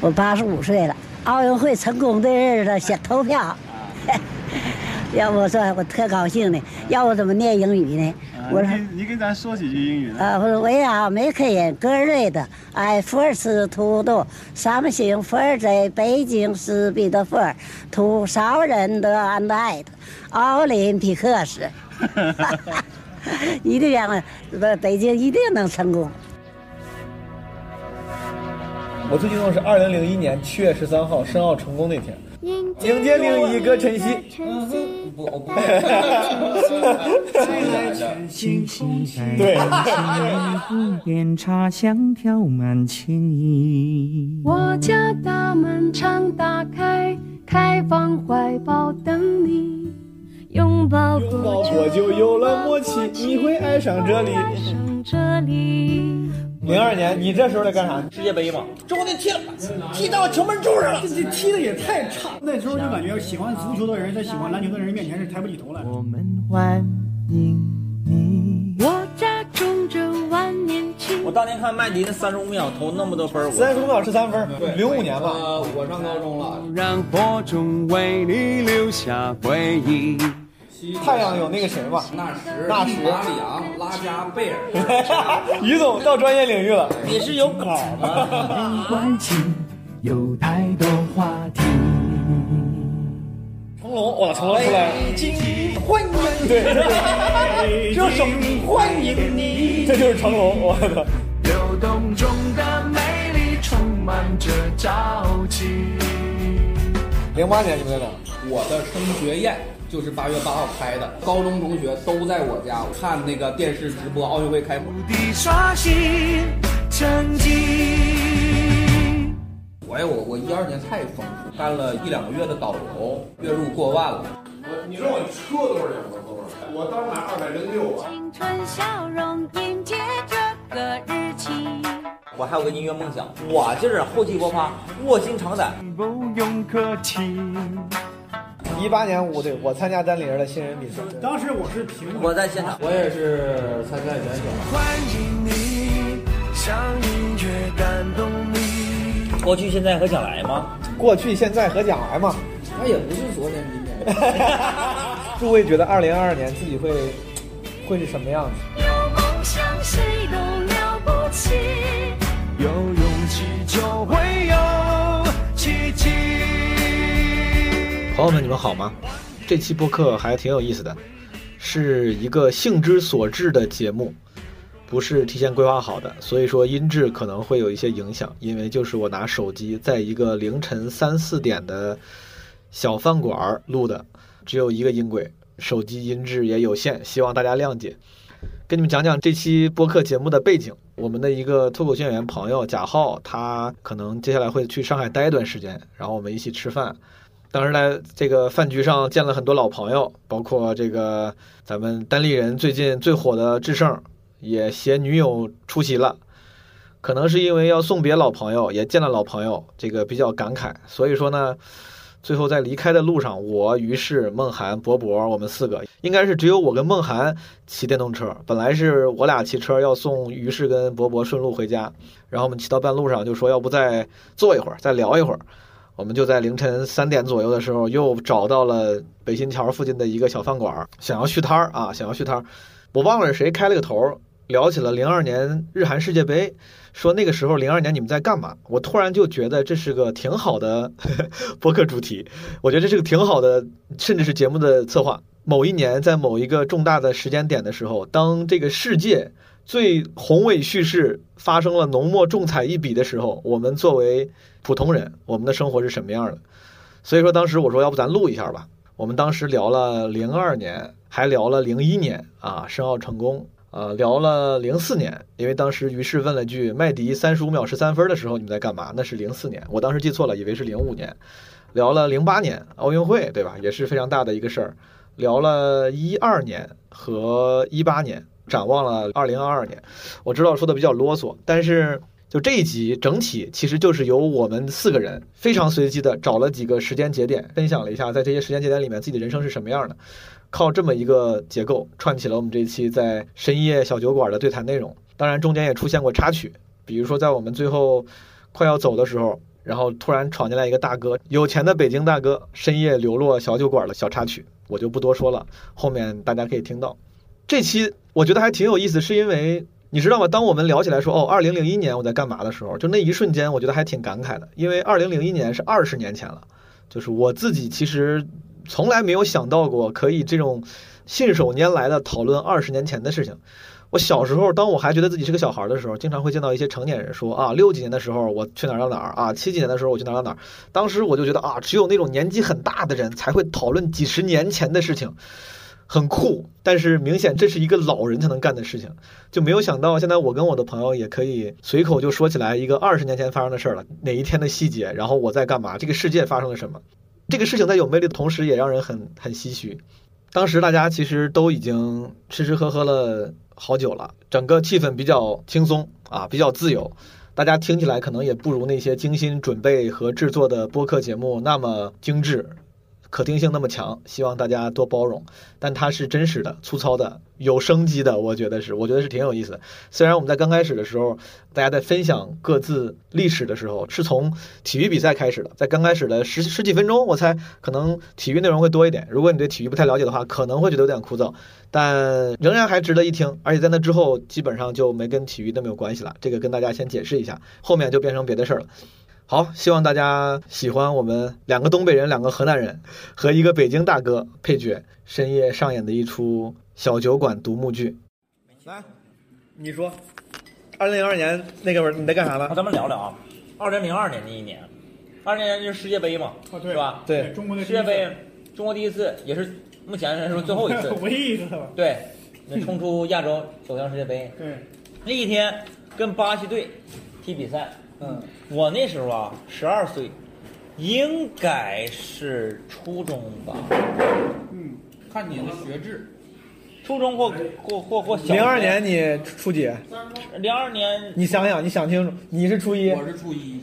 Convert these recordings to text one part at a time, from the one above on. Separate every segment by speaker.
Speaker 1: 我八十五岁了，奥运会成功的日子想投票。 要我说我特高兴呢，要我怎么念英语呢？
Speaker 2: 啊
Speaker 1: 我
Speaker 2: 你
Speaker 1: 说
Speaker 2: 给你给咱说几句英语呢？
Speaker 1: 啊，我说我呀，没可人个人的，I 哎 first to do something for the Beijing speed for to thousand and eight Olympics。一定让呃北京一定能成功。
Speaker 3: 我最激动的是二零零一年七月十三号申奥成功那天，
Speaker 4: 迎
Speaker 3: 迎接另一个晨曦。
Speaker 4: 晨曦，
Speaker 5: 不，我不会。
Speaker 6: 星星在
Speaker 3: 对，
Speaker 6: 边茶香飘满情意。
Speaker 4: 我家大门常打开，开放怀抱等你，拥抱
Speaker 3: 拥抱我就有了默契，你会爱上这里。
Speaker 4: 爱上这里。
Speaker 3: 零二年，你这时候在干啥？
Speaker 5: 世界杯嘛，中国队踢了，踢到球门柱上了。
Speaker 7: 这踢的也太差，那时候就感觉喜欢足球的人在喜欢篮球的人面前是抬不起头来的。
Speaker 6: 我们欢迎你。
Speaker 4: 我家种着万年青
Speaker 5: 我，当年看麦迪那三十五秒投那么多分儿，
Speaker 3: 三
Speaker 5: 我
Speaker 3: 十五秒十三分，零五年吧。
Speaker 5: 呃，我上高中了，
Speaker 8: 让播种为你留下回忆。
Speaker 3: 太阳有那个谁吧？
Speaker 5: 纳什、
Speaker 3: 纳什
Speaker 5: 马里昂、拉加贝尔，
Speaker 3: 于总到专业领域了。
Speaker 5: 你是有稿吗？
Speaker 6: 关系有太多话题。
Speaker 3: 成龙，哇，成
Speaker 6: 哎
Speaker 3: 龙出来了。
Speaker 5: 京欢迎
Speaker 3: 对，这首
Speaker 5: 欢迎你，
Speaker 3: 这就是成龙，我操！
Speaker 6: 流动中的美丽充满着朝气。
Speaker 3: 零八年你们在哪儿？
Speaker 9: 我的升学宴就是八月八号开的，高中同学都在我家看那个电视直播奥运会开幕。
Speaker 6: 地刷新成绩。
Speaker 9: 我呀，我我一二年太丰富，干了呃一两个月的导游，月入过万了。
Speaker 4: 青春笑容迎接这个日期。
Speaker 5: 我还有个音乐梦想，我就是厚积薄发，卧薪尝胆。
Speaker 6: 不用客气。
Speaker 3: 一八年五对，我参加单立人的新人比赛，
Speaker 7: 当时我是评委，
Speaker 5: 嗯我在现场，
Speaker 9: 我也是参赛选手，
Speaker 6: 欢迎你，像音乐感动你。
Speaker 5: 过去、现在和将来吗？
Speaker 3: 过去、现在和将来嘛。
Speaker 9: 那也不是昨天今天。
Speaker 3: 诸位觉得二零二二年自己会会是什么样子？
Speaker 4: 有梦想谁都了不起，
Speaker 6: 有勇气就会有奇迹。
Speaker 3: 朋友们，你们好吗？这期播客还挺有意思的，是一个兴之所至的节目，不是提前规划好的，所以说音质可能会有一些影响。因为就是我拿手机在一个凌晨三四点的小饭馆儿录的，只有一个音轨，手机音质也有限，希望大家谅解。跟你们讲讲这期播客节目的背景。我们的一个脱口秀演员朋友贾浩，他可能接下来会去上海待一段时间，然后我们一起吃饭。当时在这个饭局上见了很多老朋友，包括这个咱们单立人最近最火的智胜，也携女友出席了。可能是因为要送别老朋友，也见了老朋友，这个比较感慨。所以说呢，最后在离开的路上，我、于是、梦涵、博博，我们四个应该是只有我跟梦涵骑电动车。本来是我俩骑车要送于是跟博博顺路回家，然后我们骑到半路上就说要不再坐一会儿，再聊一会儿。我们就在凌晨三点左右的时候，又找到了北新桥附近的一个小饭馆儿，想要续摊儿啊，想要续摊儿。我忘了是谁开了个头儿，聊起了零二年日韩世界杯，说那个时候零二年你们在干嘛？我突然就觉得这是个挺好的 播客主题，我觉得这是个挺好的，甚至是节目的策划。某一年在某一个重大的时间点的时候，当这个世界最宏伟叙事发生了浓墨重彩一笔的时候，我们作为普通人，我们的生活是什么样的。所以说当时我说，要不咱录一下吧。我们当时聊了零二年，还聊了零一年啊，申奥成功。呃，聊了零四年，因为当时于是问了句麦迪三十五秒十三分的时候你们在干嘛？那是零四年，我当时记错了，以为是零五年。聊了零八年奥运会，对吧？也是非常大的一个事儿。聊了一二年和一八年，展望了二零二二年。我知道说的比较啰嗦，但是就这一集整体其实就是由我们四个人非常随机的找了几个时间节点，分享了一下在这些时间节点里面自己的人生是什么样的，靠这么一个结构串起了我们这一期在深夜小酒馆的对谈内容。当然中间也出现过插曲，比如说在我们最后快要走的时候，然后突然闯进来一个大哥，有钱的北京大哥，深夜流落小酒馆的小插曲，我就不多说了，后面大家可以听到。这期我觉得还挺有意思，是因为你知道吗？当我们聊起来说哦，二零零一年我在干嘛的时候，就那一瞬间，我觉得还挺感慨的，因为二零零一年是二十年前了，就是我自己其实从来没有想到过可以这种信手拈来的讨论二十年前的事情。我小时候，当我还觉得自己是个小孩的时候，经常会见到一些成年人说啊，六几年的时候我去哪儿到哪儿啊，七几年的时候我去哪儿到哪儿。当时我就觉得啊，只有那种年纪很大的人才会讨论几十年前的事情，很酷。但是明显这是一个老人才能干的事情，就没有想到现在我跟我的朋友也可以随口就说起来一个二十年前发生的事儿了，哪一天的细节，然后我在干嘛，这个世界发生了什么。这个事情在有魅力的同时，也让人很很唏嘘。当时大家其实都已经吃吃喝喝了好久了，整个气氛比较轻松啊，比较自由。大家听起来可能也不如那些精心准备和制作的播客节目那么精致，可听性那么强。希望大家多包容，但它是真实的、粗糙的、有生机的，我觉得是，我觉得是挺有意思的。虽然我们在刚开始的时候，大家在分享各自历史的时候，是从体育比赛开始的，在刚开始的十十几分钟，我猜可能体育内容会多一点。如果你对体育不太了解的话，可能会觉得有点枯燥，但仍然还值得一听。而且在那之后，基本上就没跟体育那么有关系了。这个跟大家先解释一下，后面就变成别的事儿了。好，希望大家喜欢我们两个东北人、两个河南人和一个北京大哥配角深夜上演的一出小酒馆独幕剧。
Speaker 5: 来，
Speaker 3: 你说，二零零二年那个会儿你在干啥
Speaker 5: 那
Speaker 3: 呢？
Speaker 5: 咱们聊聊啊，二零零二年那一年，二零年就是世界杯嘛，
Speaker 7: 啊对
Speaker 5: 是吧？
Speaker 3: 对
Speaker 7: 中国的，
Speaker 5: 世界杯，中国第一次，也是目前来说最后一 次
Speaker 7: 唯一一次吧。
Speaker 5: 对，那冲出亚洲走向世界杯。
Speaker 7: 对，
Speaker 5: 那一天跟巴西队踢比赛，嗯，我那时候啊十二岁，应该是初中吧，
Speaker 7: 嗯，
Speaker 9: 看你的学制，
Speaker 5: 初中或或或或小。
Speaker 3: 零二年，你初几？
Speaker 5: 零二年，
Speaker 3: 你想想，你想清楚，你是初一，
Speaker 9: 我是初一，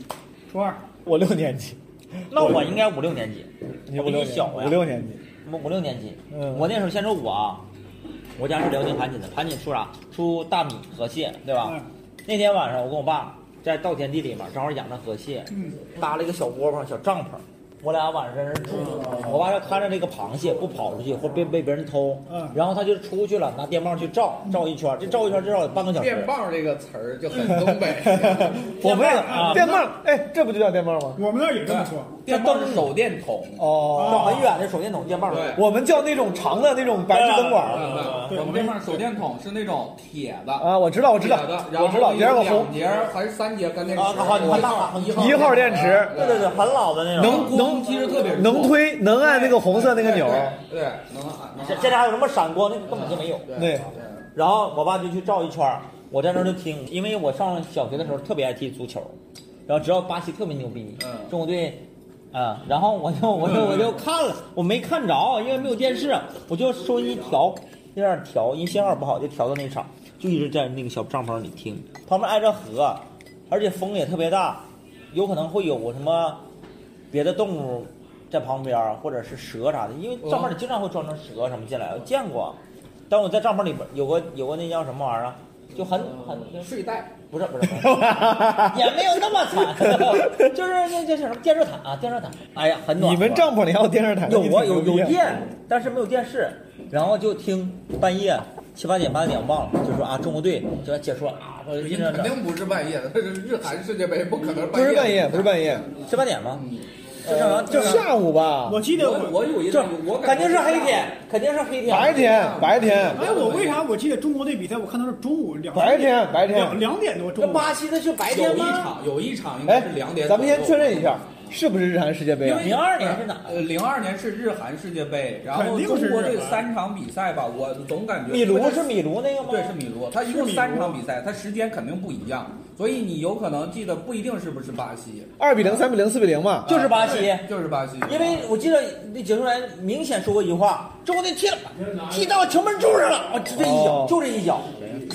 Speaker 7: 初二，
Speaker 3: 我六年级，
Speaker 5: 那我应该五六年级，
Speaker 3: 你
Speaker 5: 我
Speaker 3: 五
Speaker 5: 比
Speaker 3: 六
Speaker 5: 你
Speaker 3: 年
Speaker 5: 小呀，
Speaker 3: 五六年级，
Speaker 5: 五五六年级。
Speaker 3: 嗯
Speaker 5: 我那时候先说我啊，我家是辽宁盘锦的，盘锦出啥？出大米、河蟹，对吧？
Speaker 7: 嗯
Speaker 5: 那天晚上我跟我爸在稻田地里面正好养着河蟹，
Speaker 7: 嗯
Speaker 5: 搭了一个小窝棚、小帐篷。我俩晚上在那儿住，
Speaker 3: 嗯
Speaker 5: 我爸要看着这个螃蟹不跑出去或被被别人偷
Speaker 7: 嗯，
Speaker 5: 然后他就出去了，拿电棒去照照一
Speaker 3: 嗯
Speaker 5: 圈，这照一圈至少得半个小时
Speaker 9: 电。棒这个词儿就很东北。
Speaker 5: 电棒
Speaker 3: 我们
Speaker 5: 啊
Speaker 3: 也电棒，哎，这不就叫电棒吗？
Speaker 7: 我们那儿也这么说。
Speaker 9: 电棒是手电筒，
Speaker 3: 哦，
Speaker 5: 到很远的手电筒电棒，
Speaker 9: 对
Speaker 3: 我们叫那种长的那种白炽灯管
Speaker 9: 对
Speaker 3: 儿
Speaker 9: 啊对我们这边手电筒是那种铁的，
Speaker 3: 啊，我知道，我知
Speaker 9: 铁
Speaker 3: 道
Speaker 9: 的，，然后
Speaker 3: 我知道，
Speaker 9: 有
Speaker 3: 第二个红
Speaker 9: 两节儿还是三节干电池，
Speaker 5: 啊好你看大了
Speaker 9: 一
Speaker 3: 一号电池，
Speaker 5: 对对对，很老的那种。
Speaker 9: 能能其实特别
Speaker 3: 能推能按那个红色那个钮儿，
Speaker 9: 对，对能按能
Speaker 5: 这
Speaker 9: 按
Speaker 5: 这俩有什么闪光？那个根本就没有。
Speaker 3: 对
Speaker 5: 然后我爸就去照一圈儿，我在那儿就听，因为我上小学的时候特别爱踢足球，然后知道巴西特别牛逼，
Speaker 9: 嗯
Speaker 5: 中国队，嗯，然后我就 我就我就看了，我没看着，因为没有电视，我就收音机调，那样调，因为信号不好，就调到那场，就一直在那个小帐篷里听，旁边挨着河，而且风也特别大，有可能会有什么别的动物在旁边儿，或者是蛇啥的，因为帐篷里经常会装成蛇什么进来，我见过。但我在帐篷里边有个有个那叫什么玩意儿啊，就很很
Speaker 9: 睡袋，
Speaker 5: 不是不是，不 是也没有那么惨， 就是那叫什么电热毯啊，电热毯。哎呀，很暖
Speaker 3: 你
Speaker 5: 和。
Speaker 3: 们帐篷里还有电视台？
Speaker 5: 有
Speaker 3: 你
Speaker 5: 啊
Speaker 3: 挺
Speaker 5: 有
Speaker 3: 牛逼
Speaker 5: 有
Speaker 3: 啊，
Speaker 5: 电，但是没有电视，然后就听半夜七八点八九点忘了，就说啊中国队就要解说啊，或者
Speaker 9: 你
Speaker 5: 这样
Speaker 9: 肯
Speaker 5: 的
Speaker 9: 定不是半夜的，这是日韩世界杯，不可能
Speaker 3: 不是半夜，不是半夜，
Speaker 5: 七八点吗？
Speaker 9: 嗯
Speaker 5: 就正常
Speaker 3: 啊就
Speaker 5: 正常，
Speaker 3: 下午吧，
Speaker 7: 我记得
Speaker 9: 我
Speaker 7: 我，
Speaker 9: 我有一
Speaker 5: 这
Speaker 9: 阵，呃我
Speaker 5: 肯
Speaker 9: 感觉
Speaker 5: 定是黑天，肯定是黑天。
Speaker 3: 白天白天
Speaker 7: 哎，我为啥我记得中国队比赛，我看到是中午两
Speaker 3: 白天白天
Speaker 7: 两，两点多
Speaker 5: 那
Speaker 7: 中午。
Speaker 5: 巴西那是白
Speaker 9: 有
Speaker 5: 天
Speaker 9: 一
Speaker 5: 吗？
Speaker 9: 场有一场应该
Speaker 3: 哎
Speaker 9: 是两点，，
Speaker 3: 咱们先确认一。下，是不是日韩世界杯
Speaker 9: 因
Speaker 3: 啊
Speaker 9: 为？
Speaker 5: 02年是哪
Speaker 9: 呃，零二年是日韩世界杯，然
Speaker 7: 肯
Speaker 9: 后
Speaker 7: 定
Speaker 9: 中
Speaker 7: 是
Speaker 9: 国
Speaker 7: 日
Speaker 9: 队
Speaker 7: 韩
Speaker 9: 三场比赛吧，我总感觉
Speaker 5: 米
Speaker 9: 因为它
Speaker 5: 卢是米卢那个吗？
Speaker 9: 对，是米卢，它一共
Speaker 7: 是米卢
Speaker 9: 三场比赛，它时间肯定不一样，所以你有可能记得不一定是不是巴西，
Speaker 3: 二比零、三比零、四比零嘛，
Speaker 5: 就是巴西。
Speaker 9: 对就是巴西，
Speaker 5: 因为我记得那解说员明显说过一句话：“中国队踢了，踢到球门柱上了，我就这一脚，就这一脚，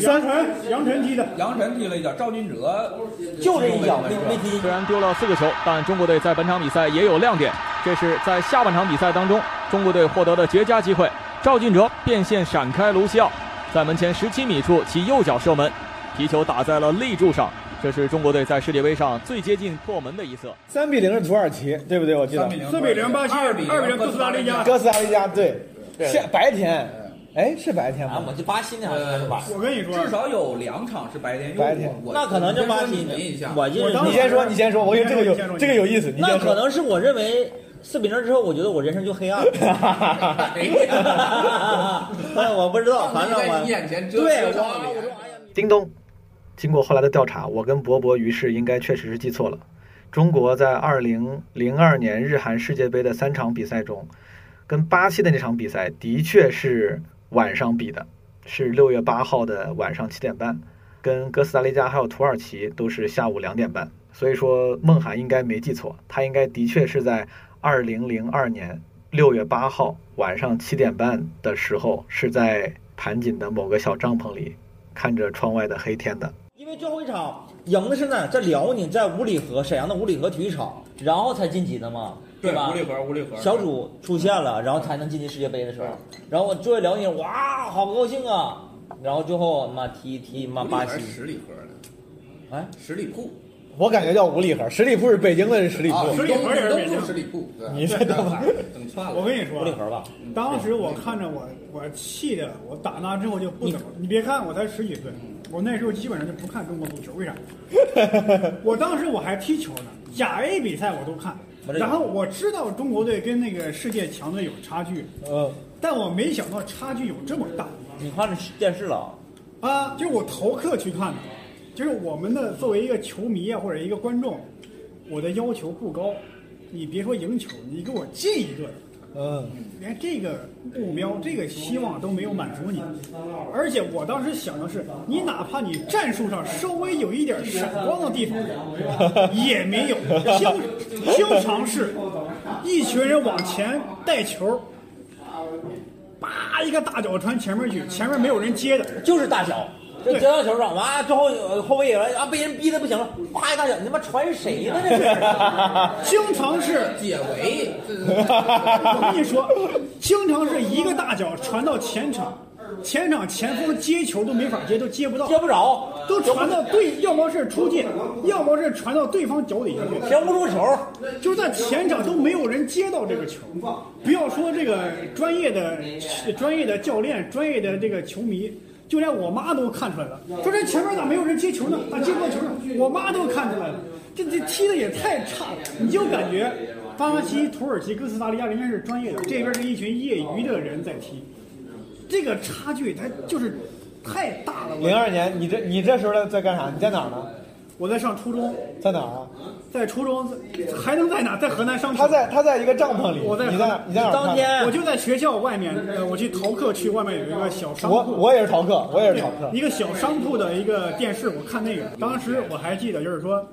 Speaker 7: 杨晨，杨晨踢的，
Speaker 9: 杨晨踢了一脚，赵俊哲
Speaker 5: 就这一脚，没没踢。
Speaker 10: 虽然丢了四个球，但中国队在本场比赛也有亮点。这是在下半场比赛当中，中国队获得的绝佳机会。赵俊哲变线闪开卢西奥，在门前十七米处其右脚射门，皮球打在了立柱上，这是中国队在世界杯上最接近破门的一次。
Speaker 11: 三比零是土耳其，对不对？我记得
Speaker 7: 四比零巴西，二比零哥斯达黎加，
Speaker 11: 哥斯达黎加对，
Speaker 7: 对
Speaker 11: 下白天，哎是白天吗？
Speaker 5: 啊我这巴西那场应该是吧？
Speaker 7: 我跟你说，
Speaker 9: 至少有两场是白天，因为
Speaker 11: 白天
Speaker 9: 我
Speaker 5: 那可能就巴西
Speaker 9: 呃我跟你讲
Speaker 5: 我认为
Speaker 11: 你先说，你先说，我觉得这个有这个有意思，你
Speaker 5: 那
Speaker 11: 先
Speaker 5: 可
Speaker 11: 说。
Speaker 5: 能是我认为四比零之后，我觉得我人生就 黑暗了。哎，我不知道，反正我
Speaker 9: 你眼前遮
Speaker 5: 对
Speaker 9: 遮上
Speaker 5: 我
Speaker 9: 了脸
Speaker 3: 叮咚，经过后来的调查，我跟博博于是应该确实是记错了。中国在二零零二年日韩世界杯的三场比赛中，跟巴西的那场比赛的确是晚上比的，是六月八号的晚上七点半，跟哥斯达黎加还有土耳其都是下午两点半。所以说，孟涵应该没记错，他应该的确是在二零零二年六月八号晚上七点半的时候，是在盘锦的某个小帐篷里看着窗外的黑天的。
Speaker 5: 因为最后一场赢的是哪儿？在辽宁，在五里河，沈阳的五里河体育场，然后才晋级的嘛，
Speaker 9: 对
Speaker 5: 吧？
Speaker 9: 五里河，五里河
Speaker 5: 小嗯组出现了，然后才能晋级世界杯的时候。然后我作为辽宁人，哇，好高兴啊！然后最后妈踢踢妈
Speaker 9: 五里
Speaker 5: 巴
Speaker 9: 河
Speaker 5: 西，
Speaker 9: 啊十里河的，
Speaker 5: 哎，
Speaker 9: 十里铺，
Speaker 11: 我感觉叫五里河，十里铺是北京的是十里铺
Speaker 9: 啊，，
Speaker 7: 十里河也是
Speaker 9: 东
Speaker 7: 北京
Speaker 9: 东部十里铺，对
Speaker 11: 你这
Speaker 9: 对
Speaker 11: 都
Speaker 9: 整串了。嗯
Speaker 7: 我跟你说，啊
Speaker 5: 五里河吧，
Speaker 7: 当时我看着我，我气的，我打那之后就不怎么。你别看我才十几岁，我那时候基本上就不看中国足球， 为啥？我当时我还踢球呢，甲 A 比赛我都看，然后我知道中国队跟那个世界强队有差距，
Speaker 11: 嗯，
Speaker 7: 但我没想到差距有这么大
Speaker 5: 你看着电视了？
Speaker 7: 啊！就是我逃课去看的，就是我们的作为一个球迷啊或者一个观众，我的要求不高，你别说赢球，你给我进一个。
Speaker 11: 嗯，
Speaker 7: 连这个目标、这个希望都没有满足你，而且我当时想的是，你哪怕你战术上稍微有一点闪光的地方，也没 有，经经常是一群人往前带球，叭一个大脚传前面去，前面没有人接的，
Speaker 5: 就是大小，就
Speaker 7: 对
Speaker 5: 接到球上，完了之后呃后卫也来啊，被人逼的不行了，啪一大脚，你他妈传谁呢？这是
Speaker 7: 经常是
Speaker 9: 解围，这是
Speaker 7: 我跟你说，经常是一个大脚传到前场，前场前锋接球都没法接，都接不到，
Speaker 5: 接不着，
Speaker 7: 都传到对，要么是出界，要么是传到对方脚底下去，
Speaker 5: 停不住球，
Speaker 7: 就是在前场都没有人接到这个球。不要说这个专业的、专业的教练、专业的这个球迷。就连我妈都看出来了，说这前面咋没有人接球呢？啊咋接不到球呢？我妈都看出来了，这这踢的也太差了，你就感觉巴西、土耳其、哥斯达黎加人家是专业的，这边是一群业余的人在踢，这个差距它就是太大了。我
Speaker 11: 零二年你这你这时候在干啥？你在哪儿呢？
Speaker 7: 我在上初中，
Speaker 11: 在哪儿啊？
Speaker 7: 在初中在还能在哪？在河南商
Speaker 11: 他
Speaker 7: 场。
Speaker 11: 在他在一个帐篷里，
Speaker 7: 我在
Speaker 11: 你在哪儿？你在哪儿看的？
Speaker 5: 当天
Speaker 7: 我就在学校外面，呃，我去逃课去外面有一个小商
Speaker 11: 我
Speaker 7: 铺，
Speaker 11: 我也是逃课，我也是逃课。
Speaker 7: 一个小商铺的一个电视，我看那个。当时我还记得，就是说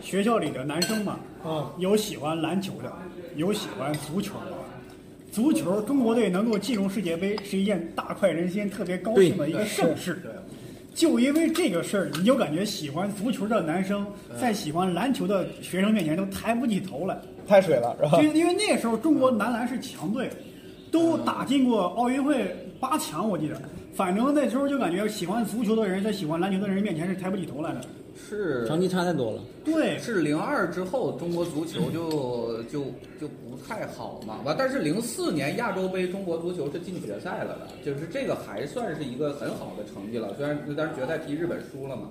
Speaker 7: 学校里的男生嘛，
Speaker 11: 嗯，
Speaker 7: 有喜欢篮球的，有喜欢足球的。足球中国队能够进入世界杯是一件大快人心、特别高兴的一个盛事。就因为这个事儿，你就感觉喜欢足球的男生在喜欢篮球的学生面前都抬不起头来。
Speaker 11: 太水了，然后
Speaker 7: 就因为那时候中国男篮是强队，都打进过奥运会八强，我记得。反正那时候就感觉喜欢足球的人在喜欢篮球的人面前是抬不起头来的。
Speaker 9: 是
Speaker 5: 成绩差太多了。
Speaker 7: 对，
Speaker 9: 是零二之后，中国足球就就就不太好嘛。完，但是零四年亚洲杯，中国足球是进决赛了的，就是这个还算是一个很好的成绩了。虽然但是决赛踢日本输了嘛。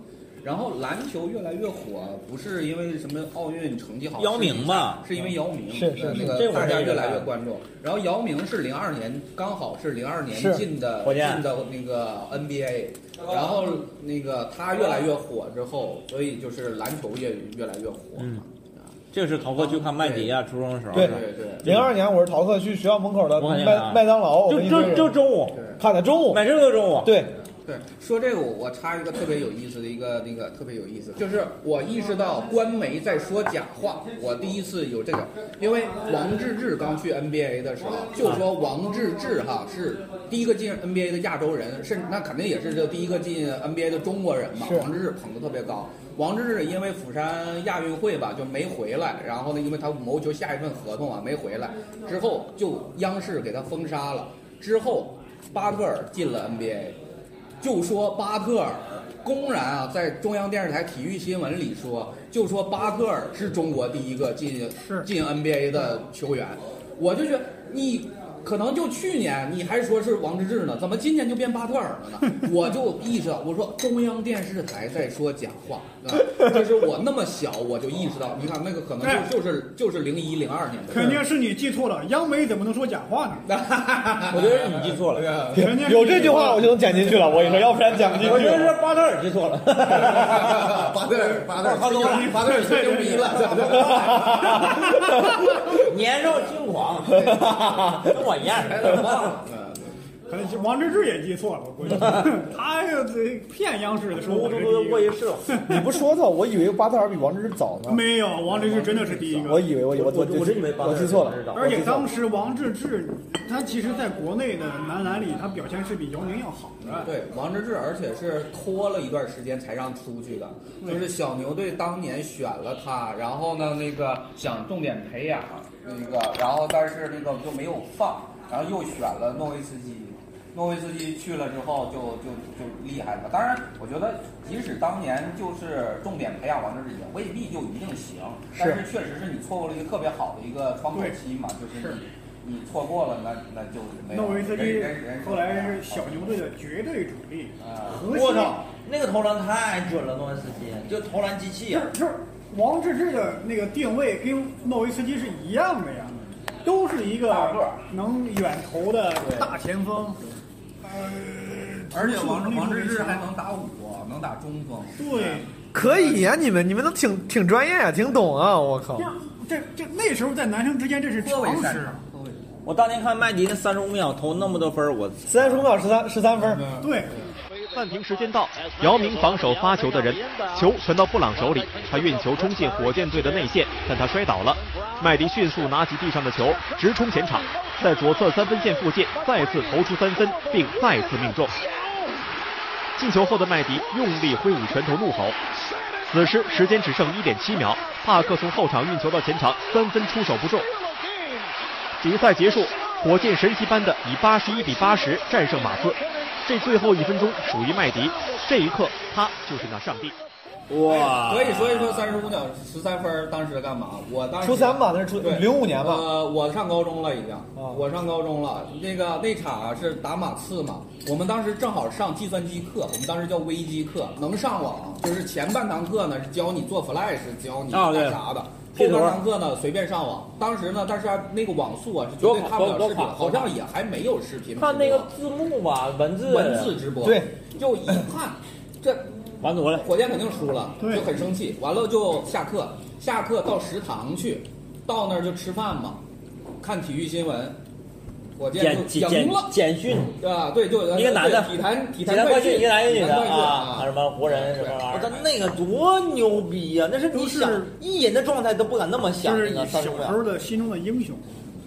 Speaker 9: 然后篮球越来越火，不是因为什么奥运成绩好，
Speaker 5: 姚明嘛
Speaker 9: 是因为姚明，
Speaker 11: 是是
Speaker 9: 呃那
Speaker 5: 这
Speaker 9: 个
Speaker 5: 会
Speaker 9: 大
Speaker 5: 儿这
Speaker 9: 家
Speaker 5: 个
Speaker 9: 越来越关注。然后姚明是零二年，刚好是零二年
Speaker 11: 是
Speaker 9: 进的
Speaker 5: 火箭
Speaker 9: 进的那个 NBA，然后那个他越来越火之后，所以就是篮球也越来越火
Speaker 5: 嗯
Speaker 9: 嘛。
Speaker 5: 这个是逃课去看麦迪啊，初中的时候。
Speaker 11: 对
Speaker 9: 对对，
Speaker 11: 零二年我是逃课去学校门口的
Speaker 5: 我看见了
Speaker 11: 麦麦当劳，我
Speaker 5: 就
Speaker 11: 跟你说
Speaker 5: 啊就就中午，
Speaker 11: 看的中午，
Speaker 5: 买这个中午。
Speaker 11: 对，
Speaker 9: 对，说这个我我插一个特别有意思的一个那个特别有意思，就是我意识到官媒在说假话，我第一次有这个，因为王治郅刚去 NBA 的时候就说王治郅哈是第一个进 NBA 的亚洲人，甚至那肯定也是这第一个进 NBA 的中国人嘛，
Speaker 11: 是
Speaker 9: 王治郅捧得特别高。王治郅因为釜山亚运会吧就没回来，然后呢，因为他谋求下一份合同啊没回来，之后就央视给他封杀了。之后，巴特尔进了 NBA，就说巴特尔公然啊，在中央电视台体育新闻里说，就说巴克尔是中国第一个进进 NBA 的球员，我就觉得你可能就去年你还说是王治郅呢，怎么今年就变巴特尔了呢？我就意识到，我说中央电视台在说假话，啊这是我那么小我就意识到，你看那个可能就就是就是零一零二年的事儿，
Speaker 7: 肯 定是你记错了，央媒怎么能说假话呢？
Speaker 5: 我觉得是你记错了，
Speaker 9: 啊
Speaker 7: 人家有这句话我
Speaker 11: 就能剪进去了。我跟你说，要不然剪不进去。
Speaker 5: 我觉得是巴特尔记错了，
Speaker 9: 巴特尔， 巴特尔，巴特尔吹牛逼
Speaker 5: 了，年少轻狂，跟我一样。
Speaker 7: 可能是王治郅也记错了，我 估计他这骗央视的说我是第一个
Speaker 5: 我也是，
Speaker 11: 你不说他，我以为巴特尔比王治郅早 呢。
Speaker 7: 没有，王治郅真的是第一个。
Speaker 11: 我以为我以为我
Speaker 5: 我真以为巴特尔
Speaker 11: 我记错了，
Speaker 7: 而且当时王治郅，他其实在国内的男篮里，他表现是比姚明要好的。
Speaker 9: 对，王治郅，而且是拖了一段时间才让出去的，
Speaker 7: 嗯
Speaker 9: 就是小牛队当年选了他，然后呢，那个想重点培养那个，然后但是那个就没有放，然后又选了诺维斯基，诺维斯基去了之后就就就厉害了。当然，我觉得即使当年就是重点培养王治郅，也未必就一定行，但是确实是你错过了一个特别好的一个窗口期嘛，就是你。你错过了，那那就
Speaker 6: 哎
Speaker 9: 没有。
Speaker 7: 诺维斯
Speaker 9: 人
Speaker 7: 基
Speaker 9: 人人
Speaker 7: 后来是小牛队的绝对主力，核
Speaker 5: 我
Speaker 7: 心。
Speaker 5: 操，那个投篮太准了，诺维斯基就投篮机器
Speaker 7: 就
Speaker 5: 啊
Speaker 7: 是！就是王治郅的那个定位跟诺维斯基是一样的呀，都是一个能远投的大前锋。
Speaker 9: 而且王王治郅还能打五，能打中锋。
Speaker 7: 对，
Speaker 11: 可以呀、你们你们都挺挺专业啊，挺懂啊，我靠
Speaker 7: 这！样这这那时候在男生之间这是常识。
Speaker 5: 我当年看麦迪那三十五秒投那么多分儿，我
Speaker 11: 三十五秒十三十三分，
Speaker 7: 对，
Speaker 12: 暂停时间到，姚明防守发球的人，球传到布朗手里，他运球冲进火箭队的内线，但他摔倒了。麦迪迅速拿起地上的球，直冲前场，在左侧三分线附近再次投出三分，并再次命中。进球后的麦迪用力挥舞拳头怒吼。此时时间只剩一点七秒，帕克从后场运球到前场，三分出手不中。比赛结束，火箭神奇般的以八十一比八十战胜马刺。这最后一分钟属于麦迪，这一刻他就是那上帝。
Speaker 5: 哇
Speaker 11: 啊
Speaker 9: 所以所以说三十五秒十三分儿当时干嘛？我当时
Speaker 11: 初三吧那是初
Speaker 9: 对
Speaker 11: 05年吧啊
Speaker 9: 呃，我上高中了已经，我上高中了。那个那场啊是打马刺嘛，我们当时正好上计算机课，我们当时叫微机课，能上网。就是前半堂课呢是教你做 Flash，教你
Speaker 5: 啊
Speaker 9: 干
Speaker 5: 对
Speaker 9: 啥的。
Speaker 5: 这
Speaker 9: 后
Speaker 5: 段
Speaker 9: 半
Speaker 5: 儿
Speaker 9: 堂课呢，随便上网。当时呢，但是、那个网速啊是绝
Speaker 5: 多
Speaker 9: 对
Speaker 5: 卡
Speaker 9: 看不了
Speaker 5: 多
Speaker 9: 视
Speaker 5: 卡
Speaker 9: 频，好像也还没有视频直播。
Speaker 5: 看那个字幕吧，文字
Speaker 9: 文字直播，
Speaker 5: 对，
Speaker 9: 就一看 这
Speaker 5: 完犊了，
Speaker 9: 火箭肯定输了，就很生气。完了就下课，下课到食堂去，到那儿就吃饭嘛，看体育新闻，火箭
Speaker 5: 简
Speaker 9: 就
Speaker 5: 简
Speaker 9: 赢
Speaker 5: 简
Speaker 9: 了。
Speaker 5: 简讯，
Speaker 9: 啊，对，就
Speaker 5: 一个男的，
Speaker 9: 对体坛体
Speaker 5: 坛
Speaker 9: 坛快
Speaker 5: 讯，一个男一个女
Speaker 9: 体
Speaker 5: 的
Speaker 9: 坛快讯
Speaker 5: 啊，什么湖人什么玩意儿，但那个多牛逼呀！那是你想一人的状态都不敢那么想，
Speaker 7: 就是
Speaker 5: 那
Speaker 7: 你
Speaker 5: 个
Speaker 7: 小
Speaker 5: 三十
Speaker 7: 时
Speaker 5: 五秒
Speaker 7: 候的心中的英雄。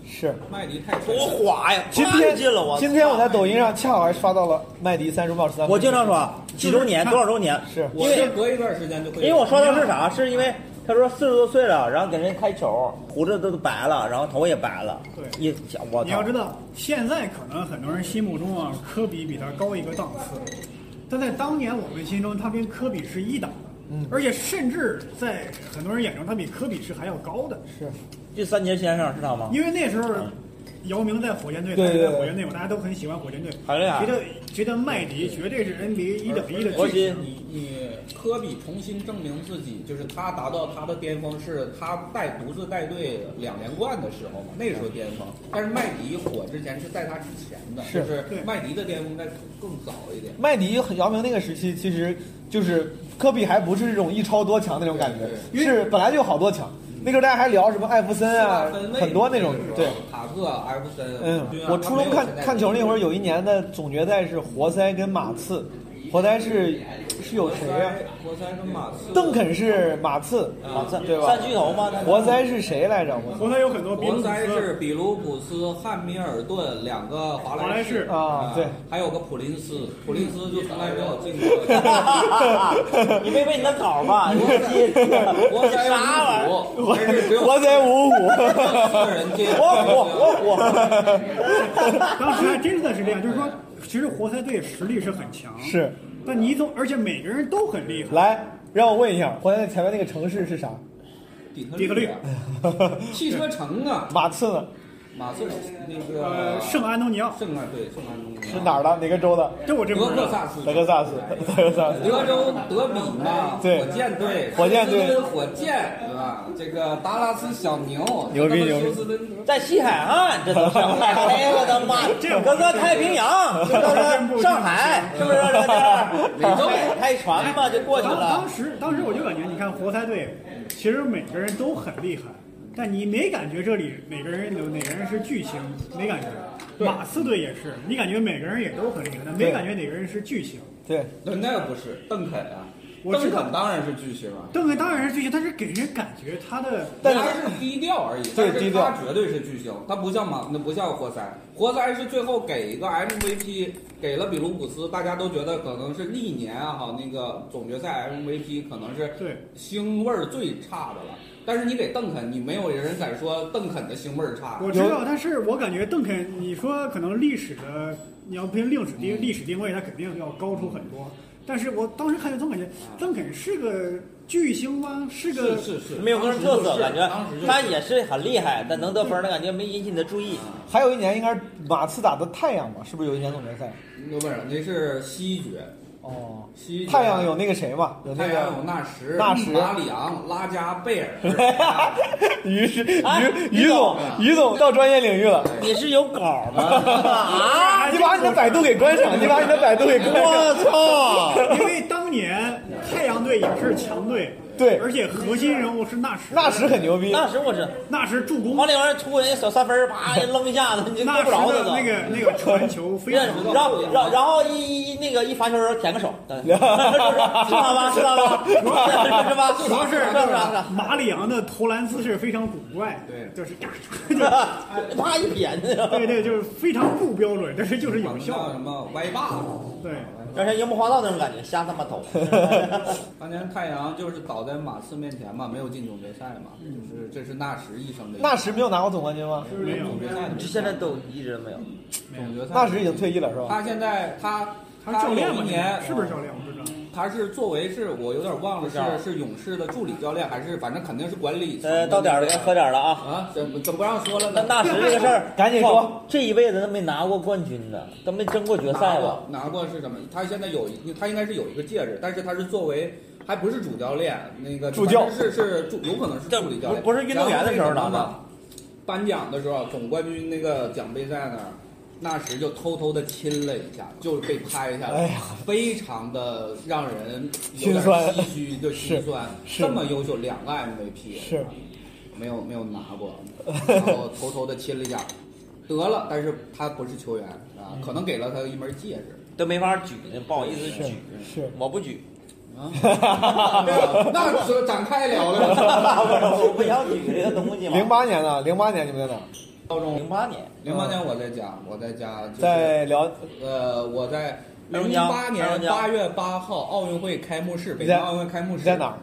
Speaker 11: 是
Speaker 9: 麦迪太
Speaker 5: 多滑呀！
Speaker 11: 今
Speaker 5: 太
Speaker 11: 天
Speaker 5: 近了我，
Speaker 11: 今天我在抖音上恰好还刷到了麦迪三十五秒十三分，
Speaker 5: 我经常说几周年多少周年，
Speaker 11: 是
Speaker 9: 我
Speaker 5: 因为
Speaker 9: 是隔一段时间就会，
Speaker 5: 因为我刷到是啥，是因为他说四十多岁了，然后给人开球，胡子都白了，然后头也白了，
Speaker 7: 对
Speaker 5: 一想我
Speaker 7: 你要
Speaker 5: 操
Speaker 7: 知，道，现在可能很多人心目中啊，科比比他高一个档次，但在当年我们心中，他跟科比是一档的，
Speaker 5: 嗯
Speaker 7: 而且甚至在很多人眼中，他比科比是还要高的。
Speaker 11: 是，
Speaker 5: 这三节先生是他吗？
Speaker 7: 因为那时候姚明在火箭队，
Speaker 5: 对
Speaker 7: 他
Speaker 5: 对
Speaker 7: 在
Speaker 5: 对
Speaker 7: 火箭队嘛，大家都很喜欢火箭队，
Speaker 5: 好
Speaker 9: 啊
Speaker 5: 厉害
Speaker 7: 觉得觉得麦迪绝对是 NBA 一等一的
Speaker 5: 我
Speaker 7: 巨
Speaker 5: 觉
Speaker 7: 星。
Speaker 9: 你你科比重新证明自己，就是他达到他的巅峰，是他带独自带队两连冠的时候嘛，那时候巅峰。但是麦迪火之前是在他之前的，
Speaker 11: 是
Speaker 9: 就是麦迪的巅峰在更早一点。
Speaker 11: 麦迪和姚明那个时期，其实就是科比还不是这种一超多强那种感觉，是本来就好多强。那时候大家还聊什么艾弗森啊
Speaker 9: 分，位
Speaker 11: 很多那种对。
Speaker 9: 塔克、艾弗森，
Speaker 11: 嗯
Speaker 9: 对，啊
Speaker 11: 我初中看看球那会儿，有一年的总决赛是活塞跟马刺，活塞是是有谁呀、
Speaker 9: 活塞跟马刺，
Speaker 11: 邓肯是马刺，
Speaker 5: 马刺
Speaker 11: 对吧？
Speaker 5: 三巨头吗那
Speaker 11: 活塞是谁来着？我
Speaker 7: 活塞有很多比
Speaker 9: 活
Speaker 7: 鲁
Speaker 9: 塞
Speaker 7: 斯
Speaker 9: 是比卢普斯、汉密尔顿两个华
Speaker 7: 华莱
Speaker 9: 莱士
Speaker 7: 士
Speaker 11: 啊对，
Speaker 9: 还有个普林斯，普林斯就从来没有进过。
Speaker 5: 你没背你的稿吧？你记
Speaker 9: 活塞
Speaker 5: 啥玩意儿？
Speaker 9: 五五，还是只有
Speaker 11: 活塞五五，
Speaker 9: 四个人进。
Speaker 11: 我我我我，
Speaker 7: 当时还真的是这样，就是说，其实活塞队实力是很强，
Speaker 11: 是，
Speaker 7: 那你总而且每个人都很厉害。
Speaker 11: 来，让我问一下，湖南的前面那个城市是啥？
Speaker 7: 底特律
Speaker 9: 啊汽车城啊，
Speaker 11: 马刺呢？
Speaker 9: 马刺那个
Speaker 7: 呃圣安东尼奥，
Speaker 9: 圣安对圣安东尼奥
Speaker 11: 是哪儿的？哪个州的？
Speaker 7: 这我真不知道
Speaker 9: 德克萨斯
Speaker 11: 德克萨斯， 德克萨斯。
Speaker 9: 德州德比嘛，
Speaker 11: 对
Speaker 9: 火箭队，
Speaker 11: 火箭队
Speaker 9: 休斯敦火箭，对吧？这个达拉斯小牛，
Speaker 11: 牛逼
Speaker 9: 他们
Speaker 11: 牛逼
Speaker 9: 休斯敦
Speaker 5: 在西海岸，这都 上海，哎我的妈！整个太平洋，是不是？上海，是不是？这 这美洲开船嘛，就过去
Speaker 7: 当
Speaker 5: 了
Speaker 7: 当。时当时我就感觉，你看活塞队，其实每个人都很厉害，但你没感觉这里每个人有哪个人是巨星，没感觉。马刺队也是，你感觉每个人也都很厉害，但没
Speaker 9: 对
Speaker 7: 感觉哪个人是巨星。
Speaker 11: 对，
Speaker 9: 那那不是邓肯啊，
Speaker 7: 我知
Speaker 9: 邓
Speaker 7: 道
Speaker 9: 肯当然是巨星啊，
Speaker 7: 邓肯当然是巨星，但是给人感觉他的，
Speaker 9: 他是低调而已，
Speaker 7: 对
Speaker 9: 但是
Speaker 7: 低调
Speaker 9: 他绝对是巨星，他不像马，那不像活塞，活塞是最后给一个 MVP，给了比卢普斯，大家都觉得可能是历年啊哈那个总决赛 MVP 可能是
Speaker 7: 对
Speaker 9: 腥味儿最差的了，但是你给邓肯，你没有人敢说邓肯的腥味儿差，
Speaker 7: 我知道，但是我感觉邓肯，你说可能历史的，你要凭历史定历史定位，他肯定要高出很多。但是我当时看就总感觉邓肯是个巨星吗？是个
Speaker 5: 没
Speaker 9: 啊
Speaker 5: 有个人特色，感觉他也是很厉害，但能得分的感觉没引起你的注意。
Speaker 11: 还有一年应该是马刺打的太阳吧？是不是有一年总决赛？
Speaker 9: 那不是那啊是西决，
Speaker 11: 哦，
Speaker 9: 西决
Speaker 11: 太阳有那个谁嘛？有那
Speaker 9: 太
Speaker 11: 个
Speaker 9: 阳有纳什、
Speaker 11: 纳什
Speaker 9: 马里昂、拉加贝尔。
Speaker 11: 于是于哎于总于总到专业领域了。
Speaker 5: 你是有稿吗？
Speaker 11: 啊！ 你把你的百度给关上，你把你的百度给关上。
Speaker 7: 因为当年太阳队也是强队，
Speaker 11: 对，
Speaker 7: 而且核心人物是纳什，
Speaker 11: 纳什很牛逼
Speaker 5: 纳什我知，
Speaker 7: 纳什助攻，
Speaker 5: 往里边出人家小三分儿，啪扔一下子，你就够
Speaker 7: 纳
Speaker 5: 不
Speaker 7: 什
Speaker 5: 着他
Speaker 7: 的
Speaker 5: 都。
Speaker 7: 那个那个传球非常
Speaker 5: 然后然后然后一一那个一罚球的时候舔个手， 知道吧？知道吧？是吧？
Speaker 7: 主
Speaker 5: 是吧
Speaker 7: 要？
Speaker 5: 是吧？
Speaker 7: 是马里昂的投篮姿势非常古怪，对，就是嘎，
Speaker 5: 啪一撇，
Speaker 7: 对对，就是非常不标准，但是就是有效。
Speaker 9: 什么歪把子？
Speaker 7: 对，
Speaker 5: 让人樱木花道那种感觉，瞎他妈投。
Speaker 9: 当年太阳就是倒在马刺面前嘛，没有进总决赛嘛，就是这是纳什一生的。
Speaker 11: 纳什没有拿过总冠军吗？
Speaker 9: 没有总决赛，
Speaker 5: 现在都一直没有。
Speaker 9: 总决赛
Speaker 11: 纳什已经退役了是吧？
Speaker 9: 他现在他
Speaker 11: 他是教练
Speaker 9: 有
Speaker 11: 吧
Speaker 9: 一年
Speaker 11: 是不是
Speaker 7: 教练？我不知道。
Speaker 9: 他是作为是我有点忘了
Speaker 5: 不知道
Speaker 9: 是是勇士的助理教练还是反正肯定是管理层的那
Speaker 5: 呃，
Speaker 9: 个。
Speaker 5: 到点儿了，该喝点儿了啊！
Speaker 9: 啊，怎么怎么不让说了
Speaker 5: 那
Speaker 9: 呢？
Speaker 5: 纳什这个事 儿，靠，这一辈子都没拿过冠军呢，都没争过决赛吧？
Speaker 9: 拿过拿过是什么？他现在有一，他应该是有一个戒指，但是他是作为还不是主教练，那个
Speaker 5: 助教
Speaker 9: 反正是是助，有可能是助理教练，
Speaker 5: 不不是运动员的时候
Speaker 9: 然后
Speaker 5: 拿的
Speaker 9: 那个颁奖的时候，总冠军那个奖杯在那儿，纳什就偷偷的亲了一下，就被拍下来，
Speaker 11: 哎呀
Speaker 9: 非常的让人有
Speaker 11: 心
Speaker 9: 点
Speaker 11: 酸
Speaker 9: 唏嘘，对，心酸。
Speaker 11: 是
Speaker 9: 这么优秀，两个 MVP
Speaker 11: 是
Speaker 9: 没有没有拿 过，然后偷偷的亲了一下，得了，但是他不是球员
Speaker 11: 嗯
Speaker 9: 啊，可能给了他一枚戒指。
Speaker 5: 都没法举，不好意思举，我不 举。
Speaker 9: 啊 那就展开聊聊。
Speaker 5: 我不想举这个东西嘛。
Speaker 11: 零八年呢？零八年你们在哪？
Speaker 9: 高中
Speaker 5: 零八年，
Speaker 9: 零八年我在家，我在家就是
Speaker 11: 在辽
Speaker 9: 呃，我在
Speaker 11: 黑龙
Speaker 9: 零
Speaker 11: 江
Speaker 9: 八
Speaker 11: 黑
Speaker 9: 年
Speaker 11: 龙江
Speaker 9: 八月八号奥运会开幕式，北
Speaker 11: 你
Speaker 9: 京
Speaker 11: 在
Speaker 9: 奥运会开幕式
Speaker 11: 你在哪儿？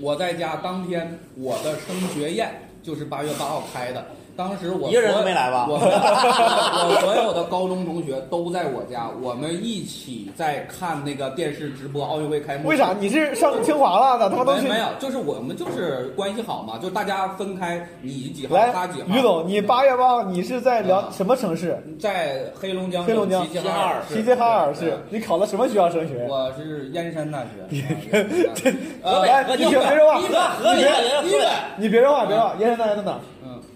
Speaker 9: 我在家当天，我的升学宴就是八月八号开的。当时我
Speaker 5: 一个人都
Speaker 9: 所
Speaker 5: 没来吧
Speaker 9: 我 我所有的高中同学都在我家，我们一起在看那个电视直播奥运会开幕式。
Speaker 11: 为啥？你是上清华了？咋他妈都去
Speaker 9: 没？没有，就是我们就是关系好嘛，就大家分开，你几号，他
Speaker 11: 来
Speaker 9: 几，号。
Speaker 11: 于总，你八月八号你是在辽什么城市？
Speaker 9: 在黑龙江，
Speaker 11: 黑龙江
Speaker 9: 啊齐齐哈尔市，
Speaker 11: 齐齐哈尔市
Speaker 9: 对。
Speaker 11: 你考的什么学校升学？
Speaker 9: 我是燕山 大学，啊
Speaker 11: 河
Speaker 5: 哎
Speaker 11: 北河北你别别说话
Speaker 9: 河河
Speaker 11: 你
Speaker 9: 北
Speaker 11: 别
Speaker 9: 河北
Speaker 11: 你别说话，别说话，燕山大学在哪儿？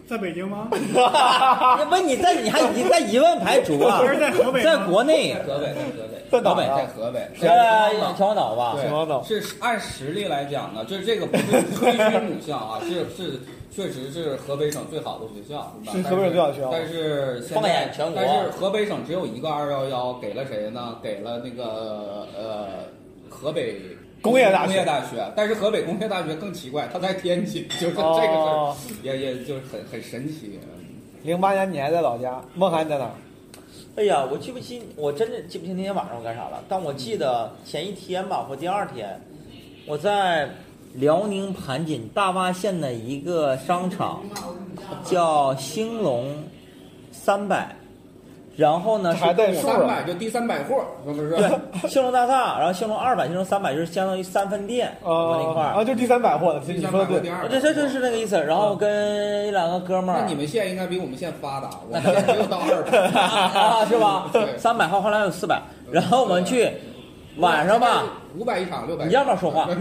Speaker 7: 在北京吗？
Speaker 5: 不，你在你还你在疑问排除啊？
Speaker 7: 不是在河北吗
Speaker 5: 在国内，
Speaker 9: 河北，在河北，河
Speaker 5: 在哪
Speaker 9: 北，
Speaker 5: 儿啊
Speaker 9: 在河北，
Speaker 5: 是啊秦皇岛吧
Speaker 9: 对
Speaker 5: 秦皇岛
Speaker 9: 是按实力来讲呢，就是这个不是吹嘘母校啊，是是确实是河北省最好的学校，吧
Speaker 11: 是河北省最好的学校
Speaker 9: 但是现在
Speaker 5: 放眼全国
Speaker 9: 但是河北省只有一个二幺幺，给了谁呢？给了那个呃河北。
Speaker 11: 工业大学
Speaker 9: 工业大学，但是河北工业大学更奇怪，它在天津，就是这个事儿，
Speaker 11: 哦
Speaker 9: 也也就是很很神奇。
Speaker 11: 零八年你还在老家，孟涵你在哪儿？
Speaker 5: 哎呀，我记不清，我真的记不清那天晚上我干啥了，但我记得前一天吧，或第二天，我在辽宁盘锦大洼县的一个商场，叫兴隆三百，然后呢，
Speaker 11: 还带数
Speaker 9: 三百就第三百货，是不是？
Speaker 5: 对，兴隆大厦，然后兴隆二百、兴隆三百就是相当于三分店
Speaker 11: 啊
Speaker 5: 那块儿
Speaker 11: 啊，就第三百货了。你说的对，
Speaker 5: 这这这是那个意思。然后跟一两个哥们儿，
Speaker 11: 啊
Speaker 9: 那你们县应该比我们县发达，我们县没有到二 百
Speaker 5: 啊，是吧？
Speaker 9: 对
Speaker 5: 三百号后来有四百，然后我们去晚上吧，
Speaker 9: 五百一场，六百。
Speaker 5: 你要不 要说 话？
Speaker 9: 看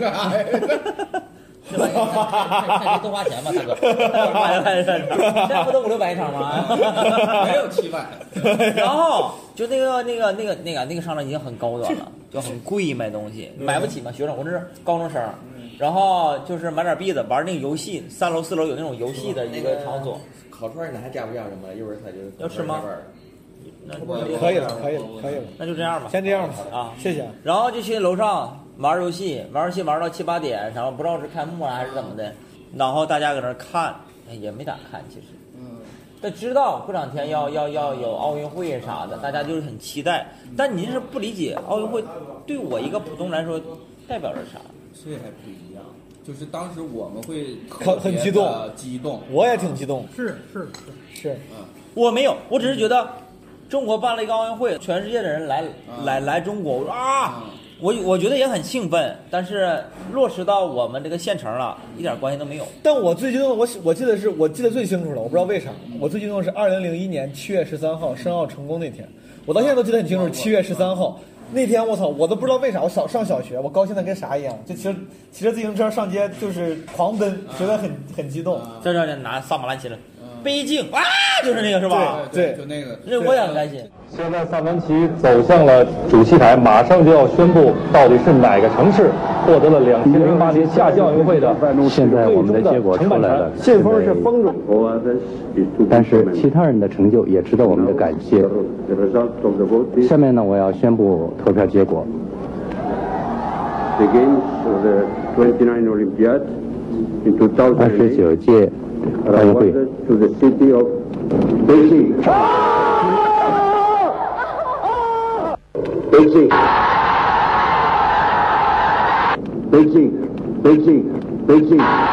Speaker 5: 谁多花钱吧，大 哥，买买现在不都五六百一场吗？
Speaker 9: 没有七百。
Speaker 5: 然后就那个那个那个那个那个商场已经很高端了，就很贵卖东西，买不起嘛，学生，我这是高中生。然后就是买点币子，玩那个游戏，三楼四楼有那种游戏的一个场所。
Speaker 13: 烤串儿你还加不加什么？一会儿他就
Speaker 5: 要吃吗？那
Speaker 11: 可以了，可以了，可以了。
Speaker 5: 那就这样吧，
Speaker 11: 先这样吧
Speaker 5: 啊，
Speaker 11: 谢谢。
Speaker 5: 然后就去楼上玩游戏，玩游戏玩到七八点，然后不知道是开幕了还是怎么的，然后大家搁那儿看，哎也没咋看其实，
Speaker 9: 嗯，
Speaker 5: 但知道过两天要要要有奥运会啥的，大家就是很期待。但您是不理解奥运会对我一个普通来说代表着啥？
Speaker 9: 这还不一样，就是当时我们会
Speaker 11: 很很激动，
Speaker 9: 激动，
Speaker 11: 我也挺激动。
Speaker 7: 是是
Speaker 11: 是，
Speaker 5: 我没有，我只是觉得中国办了一个奥运会，全世界的人来来来中国，我说啊，我我觉得也很兴奋，但是落实到我们这个县城了，一点关系都没有。
Speaker 11: 但我最激动的，我我记得是我记得最清楚了，我不知道为啥，我最激动的是二零零一年七月十三号申奥成功那天，我到现在都记得很清楚，七月十三号。那天我操，我都不知道为啥，我小上小学，我高兴的跟啥一样，就骑着骑着自行车上街，就是狂奔，觉得很很激动。
Speaker 5: 在这儿拿萨马兰奇了，北京啊，就是那个是吧？
Speaker 11: 嗯对，
Speaker 9: 啊就那个，
Speaker 5: 那我也很开心。
Speaker 14: 现在萨文奇走向了主席台，马上就要宣布到底是哪个城市获得了两千零八年夏季奥运会的
Speaker 15: 现在我们的结果出来了，
Speaker 14: 信封是封住。
Speaker 15: 但是其他人的成就也值得我们的感谢。下面呢，我要宣布投票结果。
Speaker 16: The games of the 29 Olympiad in 2008
Speaker 15: 二十九届奥运会
Speaker 16: awarded to the city of Beijing. Beijing. Beijing. Beijing. Beijing.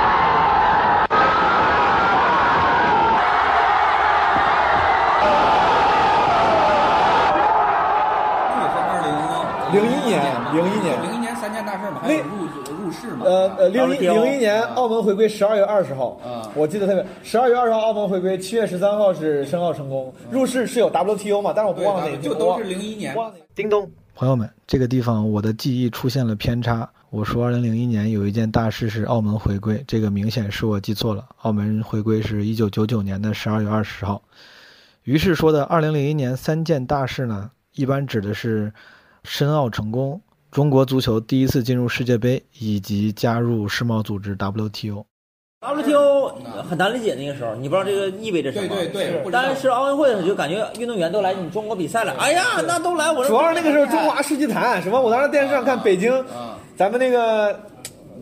Speaker 11: 零一年，零一年，
Speaker 9: 零一年三件大事嘛，还有入入市嘛，
Speaker 11: 呃呃，零一零一年澳门回归十二月二十号，
Speaker 9: 啊
Speaker 11: 我记得特别。十二月二十号澳门回归，七月十三号是申奥成功，入世是有 WTO 嘛，但是我不忘了哪
Speaker 9: 就都是零一年。
Speaker 3: 叮咚，朋友们，这个地方我的记忆出现了偏差。我说，二零零一年有一件大事是澳门回归，这个明显是我记错了。澳门回归是一九九九年的十二月二十号。于是说的二零零一年三件大事呢，一般指的是申奥成功、中国足球第一次进入世界杯以及加入世贸组织 WTO。
Speaker 5: WTO 很难理解那个时候，你不知道这个意味着什么。
Speaker 9: 对对对不知道
Speaker 5: 但是奥运会的时候就感觉运动员都来你中国比赛了，哎呀，那都来我这。
Speaker 11: 主要是那个时候中华世纪坛什么，我当时电视上看北京，
Speaker 9: 啊
Speaker 11: 咱们那个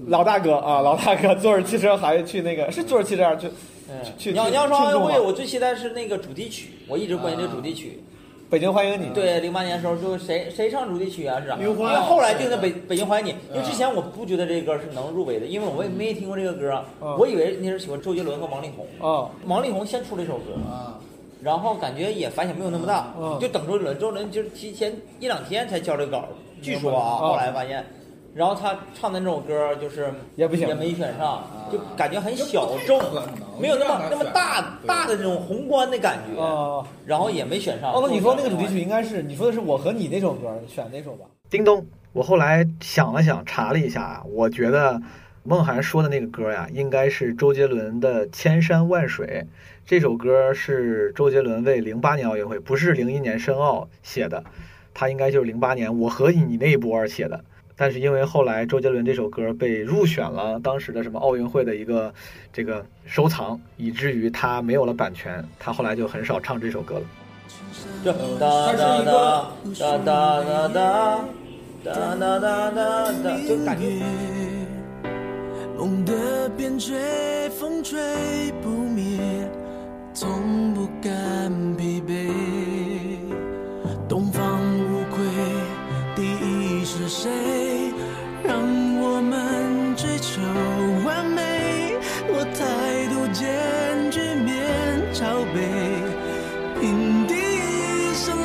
Speaker 11: 老大哥啊，老大哥坐着汽车好像去那个是坐着汽车还是去去
Speaker 5: 你要
Speaker 11: 去
Speaker 5: 你要说奥运
Speaker 11: 庆祝
Speaker 5: 会，
Speaker 11: 吗
Speaker 5: 我最期待是那个主题曲，我一直关心这个主题曲。
Speaker 11: 北京欢迎你。
Speaker 5: 对，零八年的时候就谁谁唱主题曲啊？是
Speaker 11: 啊
Speaker 5: 啊，
Speaker 11: 刘欢啊
Speaker 5: 因为后来定的北北京欢迎你，因为之前我不觉得这个歌是能入围的，因为我也没听过这个歌，啊我以为那是喜欢周杰伦和王力宏。
Speaker 11: 啊，
Speaker 5: 王力宏先出了一首歌，
Speaker 9: 啊
Speaker 5: 然后感觉也反响没有那么大，
Speaker 11: 嗯
Speaker 5: 就等周杰伦，周杰伦就是提前一两天才交这稿，据说啊，
Speaker 11: 嗯
Speaker 5: 后来发现。然后他唱的那首歌就是
Speaker 11: 也不行啊
Speaker 5: 也没选上，就感觉很小众，没有那么那么大大的那种宏观的感觉，然啊后也没选上。
Speaker 11: 哦，那你说那个主题曲应该是你说的是我和你那首歌，选那首吧？
Speaker 3: 叮咚，我后来想了想，查了一下啊，我觉得孟涵说的那个歌呀，应该是周杰伦的《千山万水》。这首歌是周杰伦为零八年奥运会，不是零一年申奥写的，他应该就是零八年我和你那一波儿写的。但是因为后来周杰伦这首歌被入选了当时的什么奥运会的一个这个收藏，以至于他没有了版权，他后来就很少唱这首歌了。
Speaker 5: 就哒哒哒哒哒哒哒哒哒哒哒哒，就感觉
Speaker 17: 梦的边陲，风吹不灭，从不甘疲惫。东方无愧，第一是谁？让我们追求完美。我态度坚决，面朝北，平地一声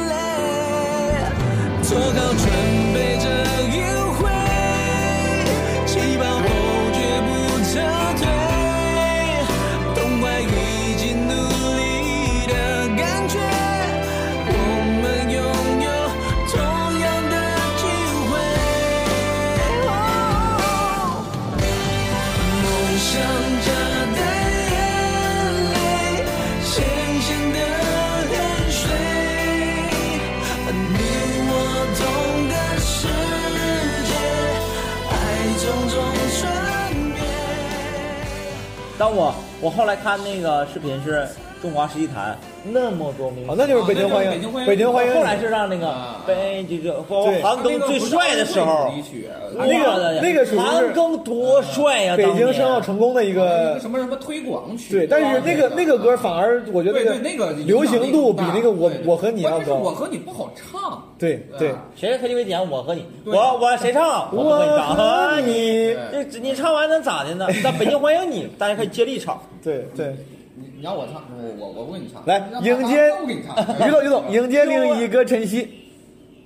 Speaker 5: 当我我后来看那个视频是中华世纪坛那么多明星，
Speaker 11: 哦那就是北京欢迎
Speaker 5: 北京欢迎，
Speaker 11: 北京欢迎
Speaker 5: 后来是让那个北这个包括
Speaker 11: 啊对
Speaker 5: 韩庚最帅的时候，
Speaker 11: 那个那个属于
Speaker 5: 韩
Speaker 11: 是啊
Speaker 5: 庚多帅呀！
Speaker 11: 北
Speaker 5: 当
Speaker 11: 京
Speaker 5: 年
Speaker 11: 申奥成功的一个
Speaker 9: 什么什么推广曲，啊
Speaker 11: 对，但是那个那个歌反而我觉得
Speaker 9: 对对那个
Speaker 11: 流行度比那个我我和你要
Speaker 9: 关键是我
Speaker 11: 高，
Speaker 9: 和你不好唱。
Speaker 11: 对对。
Speaker 5: 谁在 KTV 点我和你，
Speaker 9: 对
Speaker 5: 我我谁唱啊？我不会唱。
Speaker 11: 我和你
Speaker 5: 这这你唱完能咋的呢？在北京欢迎你，大家可以接力唱。
Speaker 11: 对对，
Speaker 9: 你你让我唱，我我我不给你唱。
Speaker 11: 来
Speaker 9: 让
Speaker 11: 迎
Speaker 9: 大
Speaker 11: 接
Speaker 9: 家都给你唱。
Speaker 11: 于总于 总迎接另一个晨曦。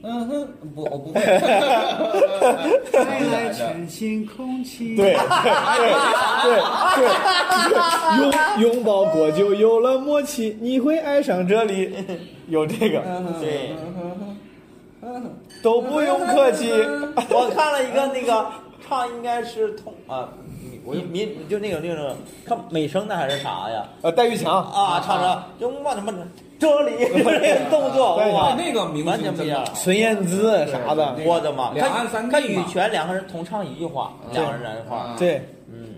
Speaker 9: 嗯哼，不，我 不会。
Speaker 7: 带来全新空气。
Speaker 11: 对对 对对，拥拥抱过就有了默契，你会爱上这里，有这个，
Speaker 5: 对，
Speaker 11: 嗯都不用客气。
Speaker 5: 我看了一个那个唱应该是通啊，我就民就那个那个看美声的还是啥呀？
Speaker 11: 呃，戴玉强
Speaker 5: 啊，唱着就慢着慢着，这 里就这个动作
Speaker 11: 对
Speaker 5: 哇，
Speaker 11: 那
Speaker 9: 个明
Speaker 5: 完全不一样。
Speaker 11: 孙燕姿啊啥的，
Speaker 5: 我的妈！
Speaker 11: 两岸
Speaker 5: 三地嗯跟羽泉两个人同唱一句话，两个人来一块儿。
Speaker 11: 对，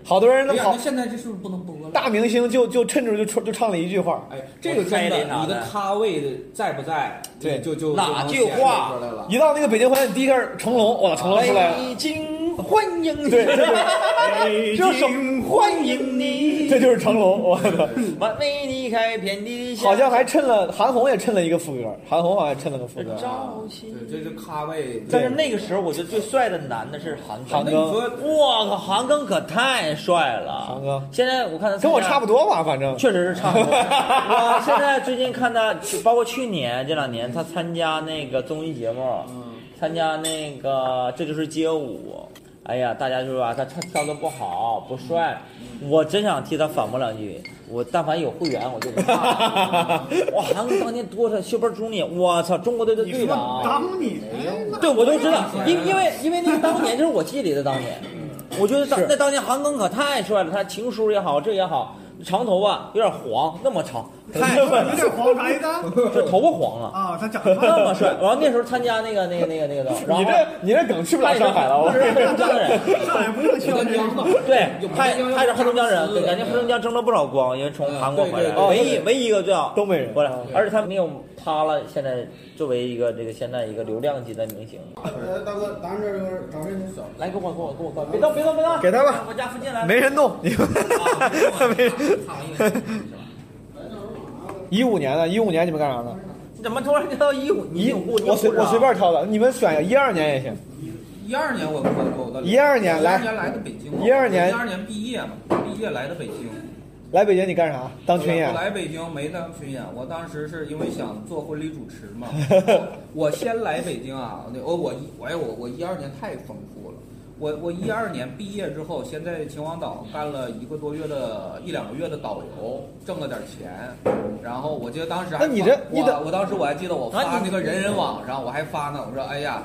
Speaker 11: 好多人都
Speaker 9: 哎呀
Speaker 11: 跑
Speaker 9: 那，现在这是不是不能播了？
Speaker 11: 大明星就就趁着就唱就唱了一句话，
Speaker 9: 哎，这个真的，你的咖位的在不在？
Speaker 11: 对，
Speaker 9: 就就
Speaker 11: 哪
Speaker 9: 就
Speaker 11: 句
Speaker 9: 能
Speaker 11: 话
Speaker 9: 显示出来了。
Speaker 11: 一到那个北京欢迎，第一个是成龙，哇，成龙出来了。
Speaker 5: 北京哎欢迎你，
Speaker 11: 对这就是
Speaker 5: 北京欢迎你，
Speaker 11: 这就是成龙，我的，
Speaker 5: 我为你开遍地
Speaker 11: 好像还衬了韩红也衬了一个副歌，韩红好像衬了个副歌，啊
Speaker 5: 赵信。
Speaker 9: 这是咖位。
Speaker 5: 但是那个时候，我觉得最帅的男的是韩
Speaker 11: 韩庚
Speaker 5: 庚。
Speaker 11: 那你说
Speaker 5: 我靠，韩庚可太帅了。韩
Speaker 11: 庚，
Speaker 5: 现在我看他
Speaker 11: 跟我差不
Speaker 5: 多。
Speaker 11: 多吧，反正
Speaker 5: 确实是差不多。我现在最近看他，就包括去年这两年，他参加那个综艺节目，
Speaker 7: 嗯
Speaker 5: 参加那个《这就是街舞》。哎呀，大家就说啊他他跳的不好，
Speaker 7: 嗯
Speaker 5: 不帅。我真想替他反驳两句。我但凡有会员，我就 不看。哇，韩国当年多少修波中年，我操，中国队的队长。
Speaker 7: 当年，哎
Speaker 5: 对，我都知道，因因为因为那个当年就是我记忆里的当年，我觉得当那当年韩庚可太帅了，他情书也好，这也好，长头发有点黄，那么长，太帅了，
Speaker 7: 有点黄啥意思？
Speaker 5: 这头发黄啊，
Speaker 7: 啊，他长
Speaker 5: 那么帅。然后那时候参加那个那个那个那个的，然 后
Speaker 11: 你这你这梗去不了上海了，哦我
Speaker 5: 不是不是不是
Speaker 7: 上海不用去了，
Speaker 5: 对，拍拍着黑龙江人，对，感觉黑龙江争了不少光，因为从韩
Speaker 18: 嗯
Speaker 5: 国回来，唯一唯一一个最好
Speaker 11: 东北人嗯
Speaker 5: 回来，而且他没有塌了，现在作为一个这个现在一个流量级的明星，
Speaker 18: 呃，大哥，咱这个掌声
Speaker 5: 来给我给我给我给我，别动别动别动，
Speaker 11: 给他吧
Speaker 5: 我家附近来，
Speaker 11: 没人动，你们
Speaker 9: 啊
Speaker 11: 没人。 一五年的，一五年你们干啥呢？
Speaker 5: 你怎么突然就到一五？你
Speaker 11: 一
Speaker 5: 有过
Speaker 11: 我随
Speaker 5: 你有过
Speaker 11: 我随便挑的，你们选一个，一二年也行。
Speaker 9: 一二年我跟我的
Speaker 11: 12年
Speaker 9: 来
Speaker 11: 来
Speaker 9: 年的北京嘛，
Speaker 11: 12年
Speaker 9: 一二年毕业嘛，毕业来的北京，
Speaker 11: 来北京你干啥？当群演
Speaker 9: 我？来北京没当群演，我当时是因为想做婚礼主持 嘛，我先来北京啊，那我我一我哎我我一二年太丰富了，我我一二年毕业之后，先在秦皇岛干了一个多月的一两个月的导游，挣了点钱，然后我记得当时还
Speaker 11: 那你
Speaker 9: 发
Speaker 11: 这你
Speaker 9: 我
Speaker 11: 得
Speaker 9: 我当时我还记得我
Speaker 11: 啊
Speaker 9: 发
Speaker 11: 你
Speaker 9: 那个人人网上我还发呢，我说哎呀。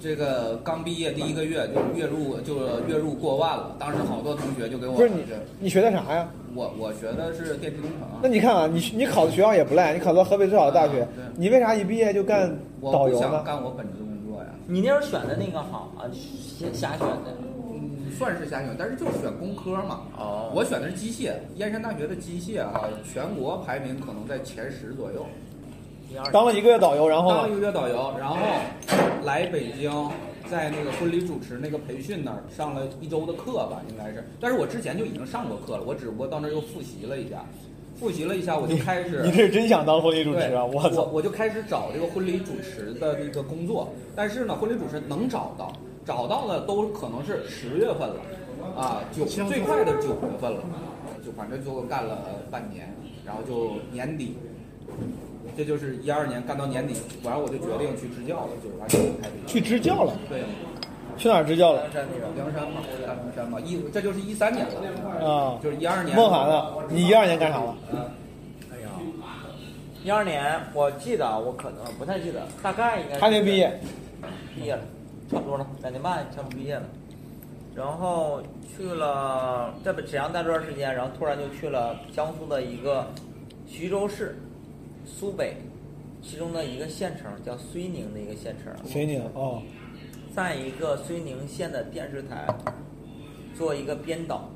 Speaker 9: 这个刚毕业第一个月就月入就月入过万了，当时好多同学就给我
Speaker 11: 不是你，你学的啥呀？
Speaker 9: 我我学的是电气工程，
Speaker 11: 那你看啊，你你考的学校也不赖，你考到河北最好的大学，你为啥一毕业就干
Speaker 9: 我
Speaker 11: 导
Speaker 9: 不
Speaker 11: 游
Speaker 9: 想
Speaker 11: 呢？
Speaker 9: 干我本职工作呀。
Speaker 5: 你那时候选的那个好啊，瞎瞎选的。
Speaker 9: 嗯，算是瞎选，但是就是选工科嘛。
Speaker 5: 哦
Speaker 9: 我选的是机械，燕山大学的机械啊，全国排名可能在前十左右。
Speaker 11: 当了一个月导游，然后
Speaker 9: 当了一
Speaker 11: 呢？
Speaker 9: 个月导游，然后来北京，在那个婚礼主持那个培训那儿上了一周的课吧，应该是。但是我之前就已经上过课了，我只不过到那儿又复习了一下，复习了一下，我就开始。
Speaker 11: 你这是真想当婚礼主
Speaker 9: 对，
Speaker 11: 持啊？
Speaker 9: 我
Speaker 11: 我操！
Speaker 9: 我就开始找这个婚礼主持的那个工作，但是呢，婚礼主持能找到，找到的都可能是十月份了，啊，九最快的九月份了，就反正就干了半年，然后就年底，这就是一二年干到年底，完了我就决定去支教了，就是完全开始
Speaker 11: 去支教了
Speaker 9: 对，
Speaker 11: 去哪儿支教了？
Speaker 9: 梁山嘛，大凉山嘛，一这就是一三年了，
Speaker 11: 啊，
Speaker 9: 就是一二年。
Speaker 11: 梦涵呢？你一二年干啥了？
Speaker 5: 一二年，我记得啊我可能不太记得，大概应该是
Speaker 11: 还没毕业，
Speaker 5: 毕业了，差不多了，两年半差不多毕业了。然后去了在沈阳待了段时间，然后突然就去了江苏的一个徐州市苏北其中的一个县城，叫睢宁的一个县城。
Speaker 11: 谁你哦，
Speaker 5: 在一个睢宁县的电视台做一个编导，